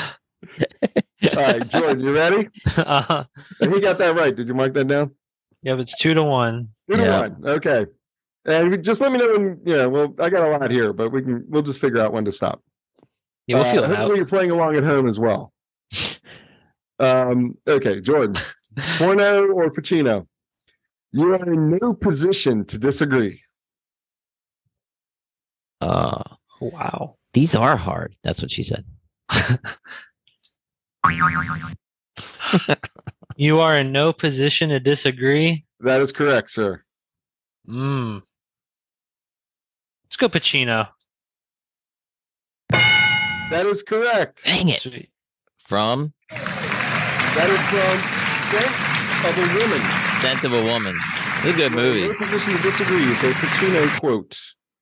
[SPEAKER 1] right, Jordan, you ready?
[SPEAKER 3] uh,
[SPEAKER 1] And he got that right. Did you mark that down?
[SPEAKER 3] yep. It's two to one.
[SPEAKER 1] Two to
[SPEAKER 2] Yeah.
[SPEAKER 1] one. Okay. And we- just let me know when. Yeah. Well, I got a lot here, but we can. We'll just figure out when to stop.
[SPEAKER 3] Yeah, we'll
[SPEAKER 1] Uh,
[SPEAKER 3] feel it
[SPEAKER 1] hopefully,
[SPEAKER 3] out.
[SPEAKER 1] you're playing along at home as well. um. Okay, Jordan, Porno or Pacino? You are in no position to disagree.
[SPEAKER 2] Uh,
[SPEAKER 3] Wow.
[SPEAKER 2] these are hard. That's what she said.
[SPEAKER 3] You are in no position to disagree.
[SPEAKER 1] That is correct, sir.
[SPEAKER 3] Mm. Let's go, Pacino.
[SPEAKER 1] That is correct.
[SPEAKER 2] Dang it!
[SPEAKER 3] Sweet.
[SPEAKER 2] From
[SPEAKER 1] That is from Scent of a Woman.
[SPEAKER 2] Scent of a Woman. It's a good
[SPEAKER 1] You're in
[SPEAKER 2] movie.
[SPEAKER 1] No position to disagree is a Pacino quote.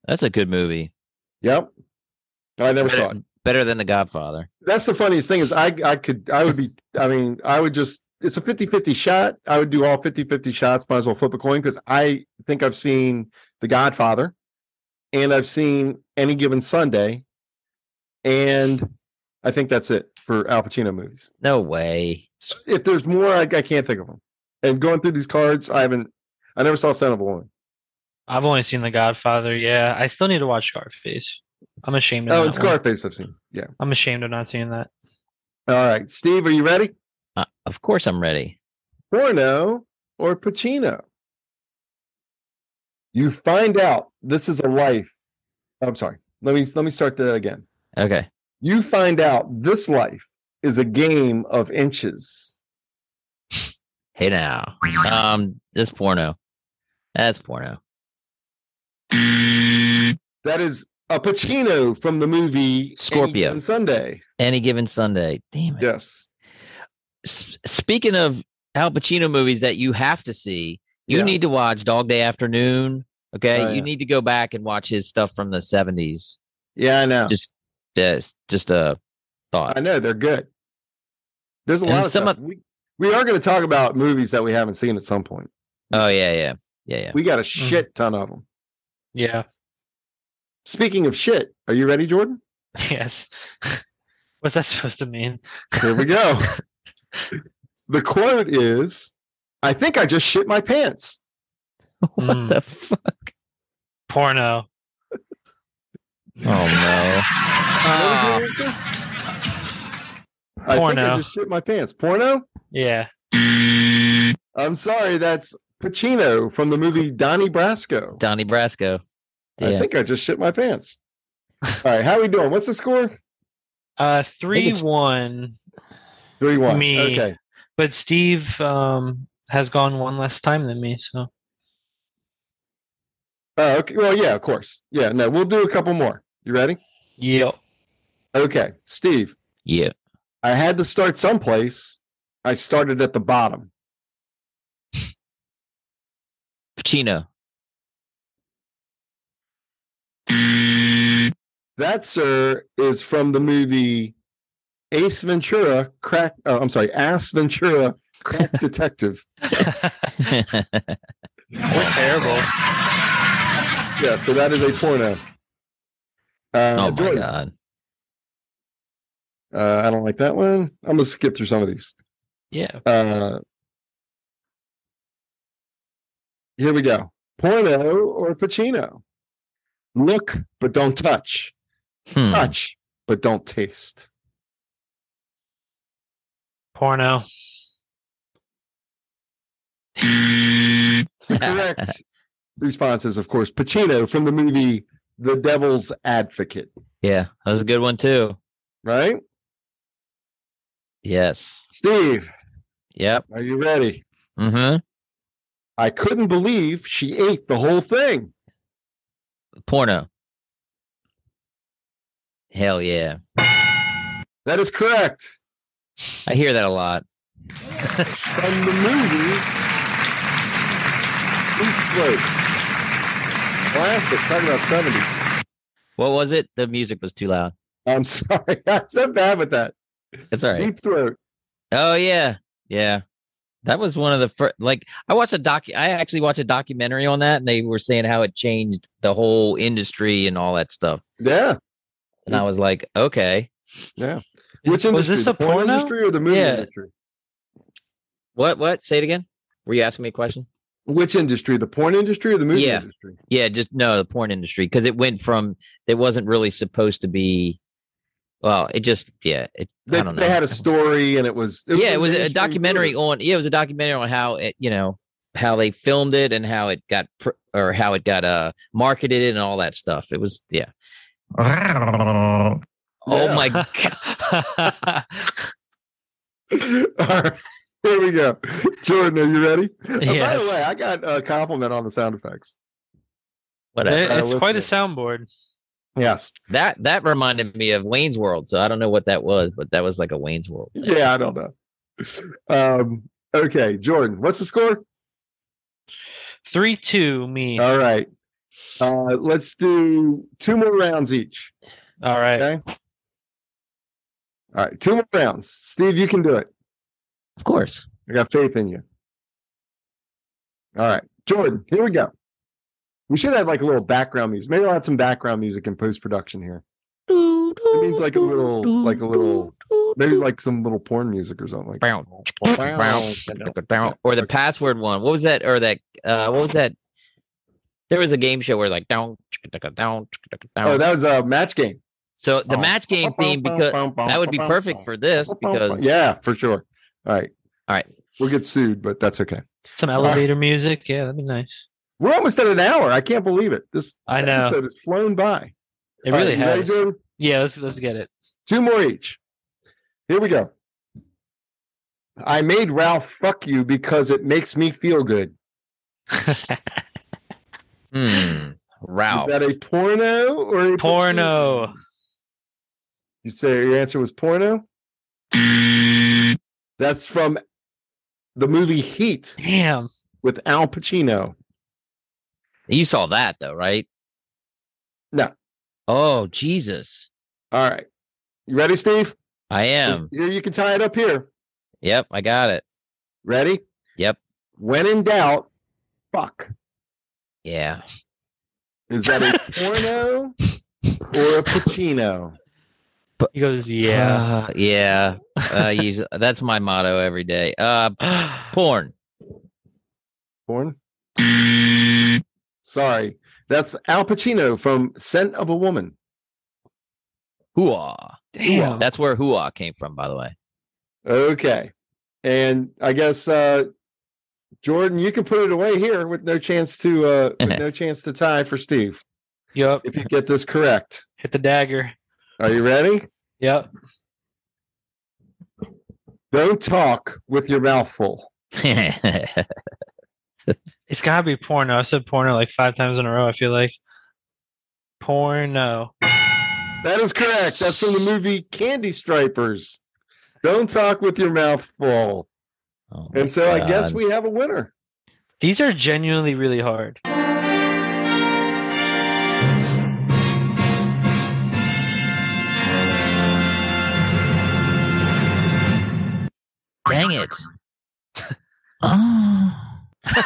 [SPEAKER 2] That's a good movie.
[SPEAKER 1] Yep. I never saw it.
[SPEAKER 2] Better, better than The Godfather.
[SPEAKER 1] That's the funniest thing is I I could I would be I mean I would just it's a 50-50 shot. I would do all 50-50 shots. Might as well flip a coin because I think I've seen The Godfather, and I've seen Any Given Sunday, and I think that's it for Al Pacino movies.
[SPEAKER 2] No way.
[SPEAKER 1] So if there's more, I, I can't think of them. And going through these cards, I haven't. I never saw Son of a Woman.
[SPEAKER 3] I've only seen The Godfather. Yeah, I still need to watch Scarface. I'm ashamed. Of
[SPEAKER 1] Oh,
[SPEAKER 3] that
[SPEAKER 1] and
[SPEAKER 3] one.
[SPEAKER 1] Scarface, I've seen. Yeah.
[SPEAKER 3] I'm ashamed of not seeing that.
[SPEAKER 1] All right, Steve, are you ready?
[SPEAKER 2] Uh, of course I'm ready.
[SPEAKER 1] Porno or Pacino? You find out this is a life. Oh, I'm sorry. Let me let me start that again.
[SPEAKER 2] Okay.
[SPEAKER 1] You find out this life is a game of inches.
[SPEAKER 2] Hey now. Um, this porno. That's porno.
[SPEAKER 1] That is a Pacino from the movie Any
[SPEAKER 2] Scorpio.
[SPEAKER 1] Given Sunday.
[SPEAKER 2] Any given Sunday. Damn it.
[SPEAKER 1] Yes.
[SPEAKER 2] S- speaking of Al Pacino movies that you have to see, you
[SPEAKER 1] Yeah.
[SPEAKER 2] need to watch Dog Day Afternoon. Okay.
[SPEAKER 1] Oh,
[SPEAKER 2] you
[SPEAKER 1] yeah.
[SPEAKER 2] need to go back and watch his stuff from the 70s.
[SPEAKER 1] Yeah, I know.
[SPEAKER 2] Just, just, just a thought.
[SPEAKER 1] I know they're good. There's a
[SPEAKER 2] And
[SPEAKER 1] lot of
[SPEAKER 2] some
[SPEAKER 1] stuff. we, we are going to talk about movies that we haven't seen at some point.
[SPEAKER 2] Oh yeah, yeah, yeah, yeah.
[SPEAKER 1] We got a shit ton of them.
[SPEAKER 3] Yeah.
[SPEAKER 1] Speaking of shit, are you ready, Jordan?
[SPEAKER 3] Yes. What's that supposed to mean?
[SPEAKER 1] Here we go. the quote is I think I just shit my pants.
[SPEAKER 2] What
[SPEAKER 1] Hmm.
[SPEAKER 3] Mm,
[SPEAKER 2] the fuck?
[SPEAKER 3] porno.
[SPEAKER 2] Oh no.
[SPEAKER 1] What
[SPEAKER 3] Ah,
[SPEAKER 1] was your answer? I think I
[SPEAKER 3] Porno.
[SPEAKER 1] just shit my pants. Porno?
[SPEAKER 3] yeah.
[SPEAKER 1] I'm sorry, that's Pacino from the movie Donnie Brasco.
[SPEAKER 2] Donnie Brasco.
[SPEAKER 1] I
[SPEAKER 2] Yeah.
[SPEAKER 1] think I just shit my pants. All right, how we doing? What's the score?
[SPEAKER 3] Uh, three
[SPEAKER 2] it's-
[SPEAKER 3] one.
[SPEAKER 1] Three one.
[SPEAKER 3] Me.
[SPEAKER 1] Okay.
[SPEAKER 3] But Steve um has gone one less time than me, so
[SPEAKER 1] Oh, okay. Well, yeah, of course. Yeah, no, we'll do a couple more. You ready?
[SPEAKER 3] yeah.
[SPEAKER 1] Okay, Steve.
[SPEAKER 2] Yeah.
[SPEAKER 1] I had to start someplace. I started at the bottom.
[SPEAKER 2] Pacino.
[SPEAKER 1] That, sir, is from the movie Ace Ventura, Crack. Uh, I'm sorry, Ass Ventura, Crack Detective.
[SPEAKER 3] We're terrible.
[SPEAKER 1] Yeah, so that is a porno. Uh,
[SPEAKER 2] oh my
[SPEAKER 1] Jordan,
[SPEAKER 2] god.
[SPEAKER 1] Uh, I don't like that one. I'm gonna skip through some of these.
[SPEAKER 3] Yeah.
[SPEAKER 1] Uh, here we go. Porno or Pacino? Look, but don't touch.
[SPEAKER 2] Hmm.
[SPEAKER 1] Touch, but don't taste.
[SPEAKER 3] Porno.
[SPEAKER 1] Correct response is, of course, Pacino from the movie The Devil's Advocate,
[SPEAKER 2] yeah, that was a good one too.
[SPEAKER 1] right?
[SPEAKER 2] Yes.
[SPEAKER 1] Steve,
[SPEAKER 2] Yep.
[SPEAKER 1] are you ready?
[SPEAKER 2] Mm-hmm.
[SPEAKER 1] I couldn't believe she ate the whole thing.
[SPEAKER 2] Porno. Hell yeah.
[SPEAKER 1] That is correct.
[SPEAKER 2] I hear that a lot.
[SPEAKER 1] from the movie Deep Throat. Classic, talking about 70s.
[SPEAKER 2] What was it? The music was too loud.
[SPEAKER 1] I'm sorry, I'm so bad with that.
[SPEAKER 2] It's all right.
[SPEAKER 1] Deep Throat.
[SPEAKER 2] Oh yeah, yeah. That was one of the first. Like I watched a doc. I actually watched a documentary on that, and they were saying how it changed the whole industry and all that stuff.
[SPEAKER 1] Yeah,
[SPEAKER 2] And I was like, okay,
[SPEAKER 1] yeah.
[SPEAKER 3] Is-
[SPEAKER 1] Which
[SPEAKER 3] was
[SPEAKER 1] industry?
[SPEAKER 3] this
[SPEAKER 1] the
[SPEAKER 3] a porno?
[SPEAKER 1] industry or the movie
[SPEAKER 2] Yeah.
[SPEAKER 1] industry?
[SPEAKER 2] what? What? Say it again. Were you asking me a question?
[SPEAKER 1] Which industry? The porn industry or the movie
[SPEAKER 2] Yeah.
[SPEAKER 1] industry?
[SPEAKER 2] Yeah, just no the porn industry because it went from it wasn't really supposed to be. Well, it just yeah. It,
[SPEAKER 1] They,
[SPEAKER 2] I don't know.
[SPEAKER 1] they had a story and it was.
[SPEAKER 2] yeah, it was a
[SPEAKER 1] mainstream
[SPEAKER 2] documentary
[SPEAKER 1] film.
[SPEAKER 2] on. Yeah, it was a documentary on how it, you know, how they filmed it and how it got pr- or how it got uh marketed and all that stuff. It was yeah. Oh
[SPEAKER 1] Yeah.
[SPEAKER 2] my god.
[SPEAKER 3] god.
[SPEAKER 1] All right, here we go. Jordan, are you ready? Uh, by the
[SPEAKER 3] Yes.
[SPEAKER 1] way, I got a compliment on the sound effects.
[SPEAKER 2] Whatever.
[SPEAKER 1] Uh,
[SPEAKER 3] it's quite a
[SPEAKER 1] listen.
[SPEAKER 3] soundboard.
[SPEAKER 1] Yes.
[SPEAKER 2] That that reminded me of Wayne's World. So I don't know what that was, but that was like a Wayne's World. thing.
[SPEAKER 1] Yeah, I don't know. Um, okay, Jordan, what's the score?
[SPEAKER 3] Three two me.
[SPEAKER 1] All right. Uh, let's do two more rounds each.
[SPEAKER 3] All right.
[SPEAKER 1] Okay. All right, two more rounds. Steve, you can do it.
[SPEAKER 2] Of course.
[SPEAKER 1] I got faith in you. All right, Jordan, here we go. We should have like a little background music. Maybe I'll add some background music in post production here. It means like a little, like a little, maybe like some little porn music or something like that.
[SPEAKER 2] Or the password one. What was that? Or that uh what was that? There was a game show where like down down
[SPEAKER 1] Oh, that Oh. was a match game.
[SPEAKER 2] so the match game theme because Uh, that would be perfect for this because
[SPEAKER 1] yeah, for sure. All right.
[SPEAKER 2] All right.
[SPEAKER 1] We'll get sued, but that's okay.
[SPEAKER 3] Some elevator music. Yeah, that'd be nice.
[SPEAKER 1] We're almost at an hour. I can't believe it. This
[SPEAKER 3] I know.
[SPEAKER 1] episode has flown by.
[SPEAKER 3] It
[SPEAKER 1] All right,
[SPEAKER 3] really
[SPEAKER 1] you ready,
[SPEAKER 3] has.
[SPEAKER 1] Jordan?
[SPEAKER 3] Yeah, let's let's get it.
[SPEAKER 1] Two more each. Here we go. I made Ralph fuck you because it makes me feel good.
[SPEAKER 2] Hmm. Ralph.
[SPEAKER 1] Is that a porno or a
[SPEAKER 3] Porno.
[SPEAKER 1] You say your answer was porno? That's from the movie Heat
[SPEAKER 3] Damn.
[SPEAKER 1] with Al Pacino.
[SPEAKER 2] you saw that though, right?
[SPEAKER 1] No.
[SPEAKER 2] Oh Jesus.
[SPEAKER 1] All right. You ready, Steve?
[SPEAKER 2] I am.
[SPEAKER 1] Here you can tie it up here.
[SPEAKER 2] Yep, I got it.
[SPEAKER 1] Ready?
[SPEAKER 2] Yep.
[SPEAKER 1] When in doubt, fuck.
[SPEAKER 2] Yeah.
[SPEAKER 1] Is that a porno or a Pacino?
[SPEAKER 3] He goes, yeah.
[SPEAKER 2] Uh, yeah. Uh, use, that's my motto every day. Uh, porn.
[SPEAKER 1] Porn? Sorry. That's Al Pacino from Scent of a Woman.
[SPEAKER 2] Hooah.
[SPEAKER 3] Damn.
[SPEAKER 2] That's where hooah came from, by the way.
[SPEAKER 1] Okay. And I guess uh Jordan, you can put it away here with no chance to uh with no chance to tie for Steve
[SPEAKER 3] Yep.
[SPEAKER 1] if you get this correct.
[SPEAKER 3] Hit the dagger.
[SPEAKER 1] Are you ready?
[SPEAKER 3] Yep.
[SPEAKER 1] Don't talk with your mouth full.
[SPEAKER 3] Oh It's gotta be porno. I said porno like five times in a row. I feel like porno.
[SPEAKER 1] That is correct. That's from the movie Candy Stripers. Don't talk with your mouth full.
[SPEAKER 2] Oh my
[SPEAKER 1] And so I guess
[SPEAKER 2] God.
[SPEAKER 1] we have a winner.
[SPEAKER 3] These are genuinely really hard.
[SPEAKER 2] Dang it. oh.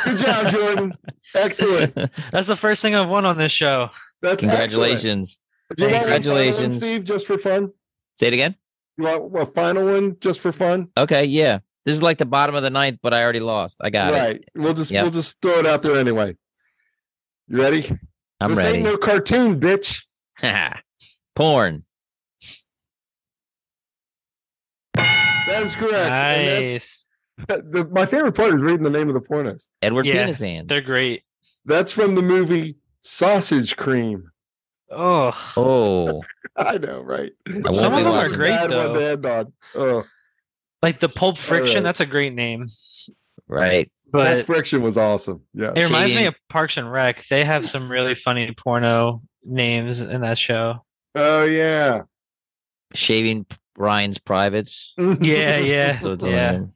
[SPEAKER 1] Good job, Jordan. Excellent.
[SPEAKER 3] That's the first thing I've won on this show.
[SPEAKER 1] That's excellent.
[SPEAKER 2] Congratulations.
[SPEAKER 1] Do you want one final one,
[SPEAKER 2] Congratulations.
[SPEAKER 1] Steve, just for fun.
[SPEAKER 2] Say it again.
[SPEAKER 1] You want a final one just for fun?
[SPEAKER 2] Okay. Yeah. This is like the bottom of the ninth, but I already lost. I got it.
[SPEAKER 1] right. We'll just
[SPEAKER 2] Yep.
[SPEAKER 1] we'll just throw it out there anyway. You ready?
[SPEAKER 2] I'm
[SPEAKER 1] this
[SPEAKER 2] ready.
[SPEAKER 1] ain't no cartoon, bitch.
[SPEAKER 2] porn.
[SPEAKER 1] That is correct. And
[SPEAKER 3] Nice.
[SPEAKER 1] that's- the- my favorite part is reading the name of the pornos.
[SPEAKER 2] Edward
[SPEAKER 3] Yeah.
[SPEAKER 2] Penis Hands.
[SPEAKER 3] They're great.
[SPEAKER 1] That's from the movie Sausage Cream.
[SPEAKER 3] Oh,
[SPEAKER 2] Oh.
[SPEAKER 1] I know, right?
[SPEAKER 2] won't
[SPEAKER 3] Some
[SPEAKER 2] be
[SPEAKER 3] of them are
[SPEAKER 2] watching
[SPEAKER 3] great
[SPEAKER 1] Bad one to
[SPEAKER 3] though.
[SPEAKER 1] end on. Oh,
[SPEAKER 3] Like the Pulp Friction.
[SPEAKER 1] Alright.
[SPEAKER 3] That's a great name.
[SPEAKER 2] Right.
[SPEAKER 1] that
[SPEAKER 3] But
[SPEAKER 1] friction was awesome. Yeah.
[SPEAKER 3] it reminds me
[SPEAKER 2] cheating.
[SPEAKER 3] of Parks and Rec. They have some really funny porno names in that show.
[SPEAKER 1] Oh yeah.
[SPEAKER 2] Shaving Ryan's privates.
[SPEAKER 3] Yeah, yeah,
[SPEAKER 2] So it's
[SPEAKER 3] yeah.
[SPEAKER 2] lame.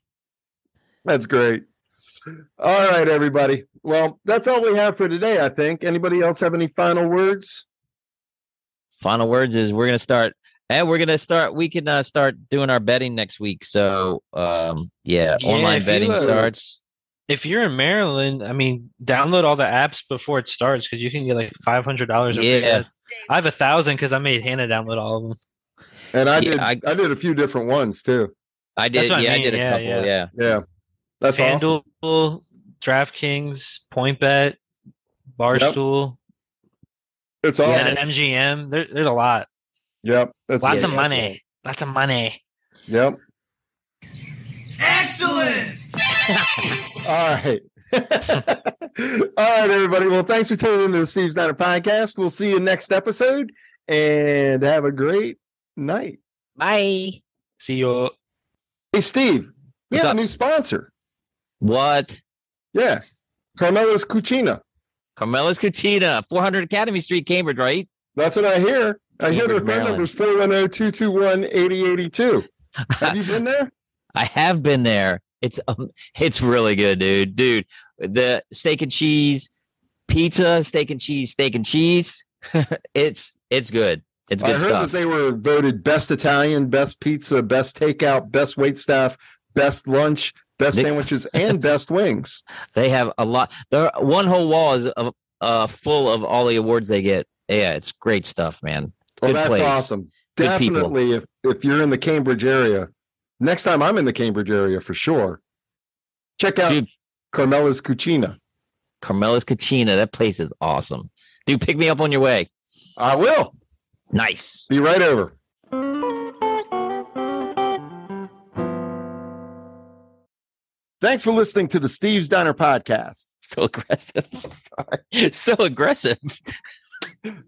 [SPEAKER 1] That's great. All right, everybody. Well, that's all we have for today, I think. Anybody else have any final words?
[SPEAKER 2] Final words is we're gonna start and we're gonna start we can uh, start doing our betting next week. So um yeah,
[SPEAKER 3] Yeah,
[SPEAKER 2] online
[SPEAKER 3] if you,
[SPEAKER 2] betting
[SPEAKER 3] uh,
[SPEAKER 2] starts.
[SPEAKER 3] If you're in Maryland, I mean, download all the apps before it starts because you can get like five hundred dollars.
[SPEAKER 2] Yeah.
[SPEAKER 3] I have a thousand because I made Hannah download all of them.
[SPEAKER 1] And I
[SPEAKER 2] Yeah,
[SPEAKER 1] did
[SPEAKER 2] I-
[SPEAKER 1] I did a few different ones too.
[SPEAKER 2] I did
[SPEAKER 3] what
[SPEAKER 2] yeah,
[SPEAKER 3] I
[SPEAKER 2] I
[SPEAKER 3] mean,
[SPEAKER 2] did a
[SPEAKER 3] yeah,
[SPEAKER 2] couple,
[SPEAKER 3] yeah.
[SPEAKER 2] yeah.
[SPEAKER 1] Yeah. That's awesome.
[SPEAKER 3] FanDuel, DraftKings, PointBet, Barstool,
[SPEAKER 1] It's
[SPEAKER 2] Yeah,
[SPEAKER 1] awesome.
[SPEAKER 3] and an MGM. There, there's a lot.
[SPEAKER 1] Yep. That's
[SPEAKER 3] Lots
[SPEAKER 2] yeah,
[SPEAKER 3] of
[SPEAKER 2] that's
[SPEAKER 3] money. Lots of money.
[SPEAKER 1] Yep.
[SPEAKER 4] Excellent!
[SPEAKER 1] All right. All right, everybody. Well, thanks for tuning into the Steve Snyder podcast. We'll see you next episode and have a great night.
[SPEAKER 2] Bye.
[SPEAKER 3] See you.
[SPEAKER 1] Hey, Steve, we
[SPEAKER 2] What's
[SPEAKER 1] have
[SPEAKER 2] up?
[SPEAKER 1] a new sponsor.
[SPEAKER 2] What?
[SPEAKER 1] Yeah. Carmela's Cucina.
[SPEAKER 2] Carmela's Cucina, 400 Academy Street, Cambridge, right?
[SPEAKER 1] That's what I hear. I hear their
[SPEAKER 2] Cambridge,
[SPEAKER 1] phone number
[SPEAKER 2] Maryland.
[SPEAKER 1] is 410 221 8082. Have you been there?
[SPEAKER 2] I have been there. It's um, it's really good, dude. Dude, the steak and cheese pizza, steak and cheese, steak and cheese. it's it's good. It's
[SPEAKER 1] I
[SPEAKER 2] good
[SPEAKER 1] heard
[SPEAKER 2] stuff.
[SPEAKER 1] that they were voted best Italian, best pizza, best takeout, best wait staff, best lunch, best
[SPEAKER 2] Nick-
[SPEAKER 1] sandwiches, and best wings.
[SPEAKER 2] They have a lot. There, one whole wall is of, uh, full of all the awards they get. Yeah, it's great stuff, man.
[SPEAKER 1] Well,
[SPEAKER 2] Good
[SPEAKER 1] that's
[SPEAKER 2] place.
[SPEAKER 1] awesome.
[SPEAKER 2] Good people.
[SPEAKER 1] Definitely, if, if you're in the Cambridge area, next time I'm in the Cambridge area for sure, check out
[SPEAKER 2] Dude.
[SPEAKER 1] Carmela's Cucina.
[SPEAKER 2] Carmela's Cucina, that place is awesome. Dude, pick me up on your way.
[SPEAKER 1] I will
[SPEAKER 2] Nice.
[SPEAKER 1] be right over. Thanks for listening to the Steve's Diner podcast.
[SPEAKER 2] So aggressive. Sorry. So aggressive.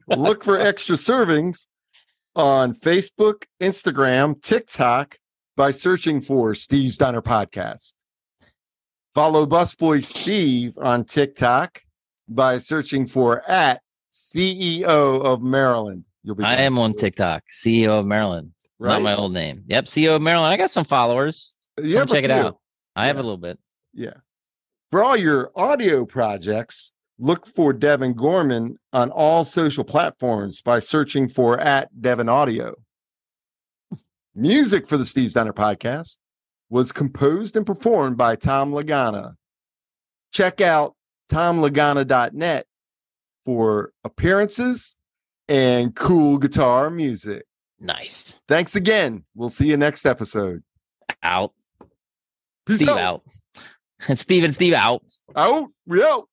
[SPEAKER 1] Look for extra servings on Facebook, Instagram, TikTok by searching for Steve's Diner Podcast. Follow Busboy Steve on TikTok by searching for at CEO of Maryland. You'll be
[SPEAKER 2] I am on TikTok, CEO of Maryland. Not my old name. Yep, CEO of Maryland. I got some followers.
[SPEAKER 1] Yeah,
[SPEAKER 2] Come check it out. I have a
[SPEAKER 1] Yeah.
[SPEAKER 2] little bit.
[SPEAKER 1] Yeah. For all your audio projects, look for Devin Gorman on all social platforms by searching for at Devin Audio. Music for the Steve Steiner podcast was composed and performed by Tom Lagana. Check out tomlagana.net for appearances and cool guitar music.
[SPEAKER 2] Nice.
[SPEAKER 1] Thanks again. We'll see you next episode.
[SPEAKER 2] Out.
[SPEAKER 1] Peace
[SPEAKER 2] Steve out. Steve and Steve out.
[SPEAKER 1] Out. We out.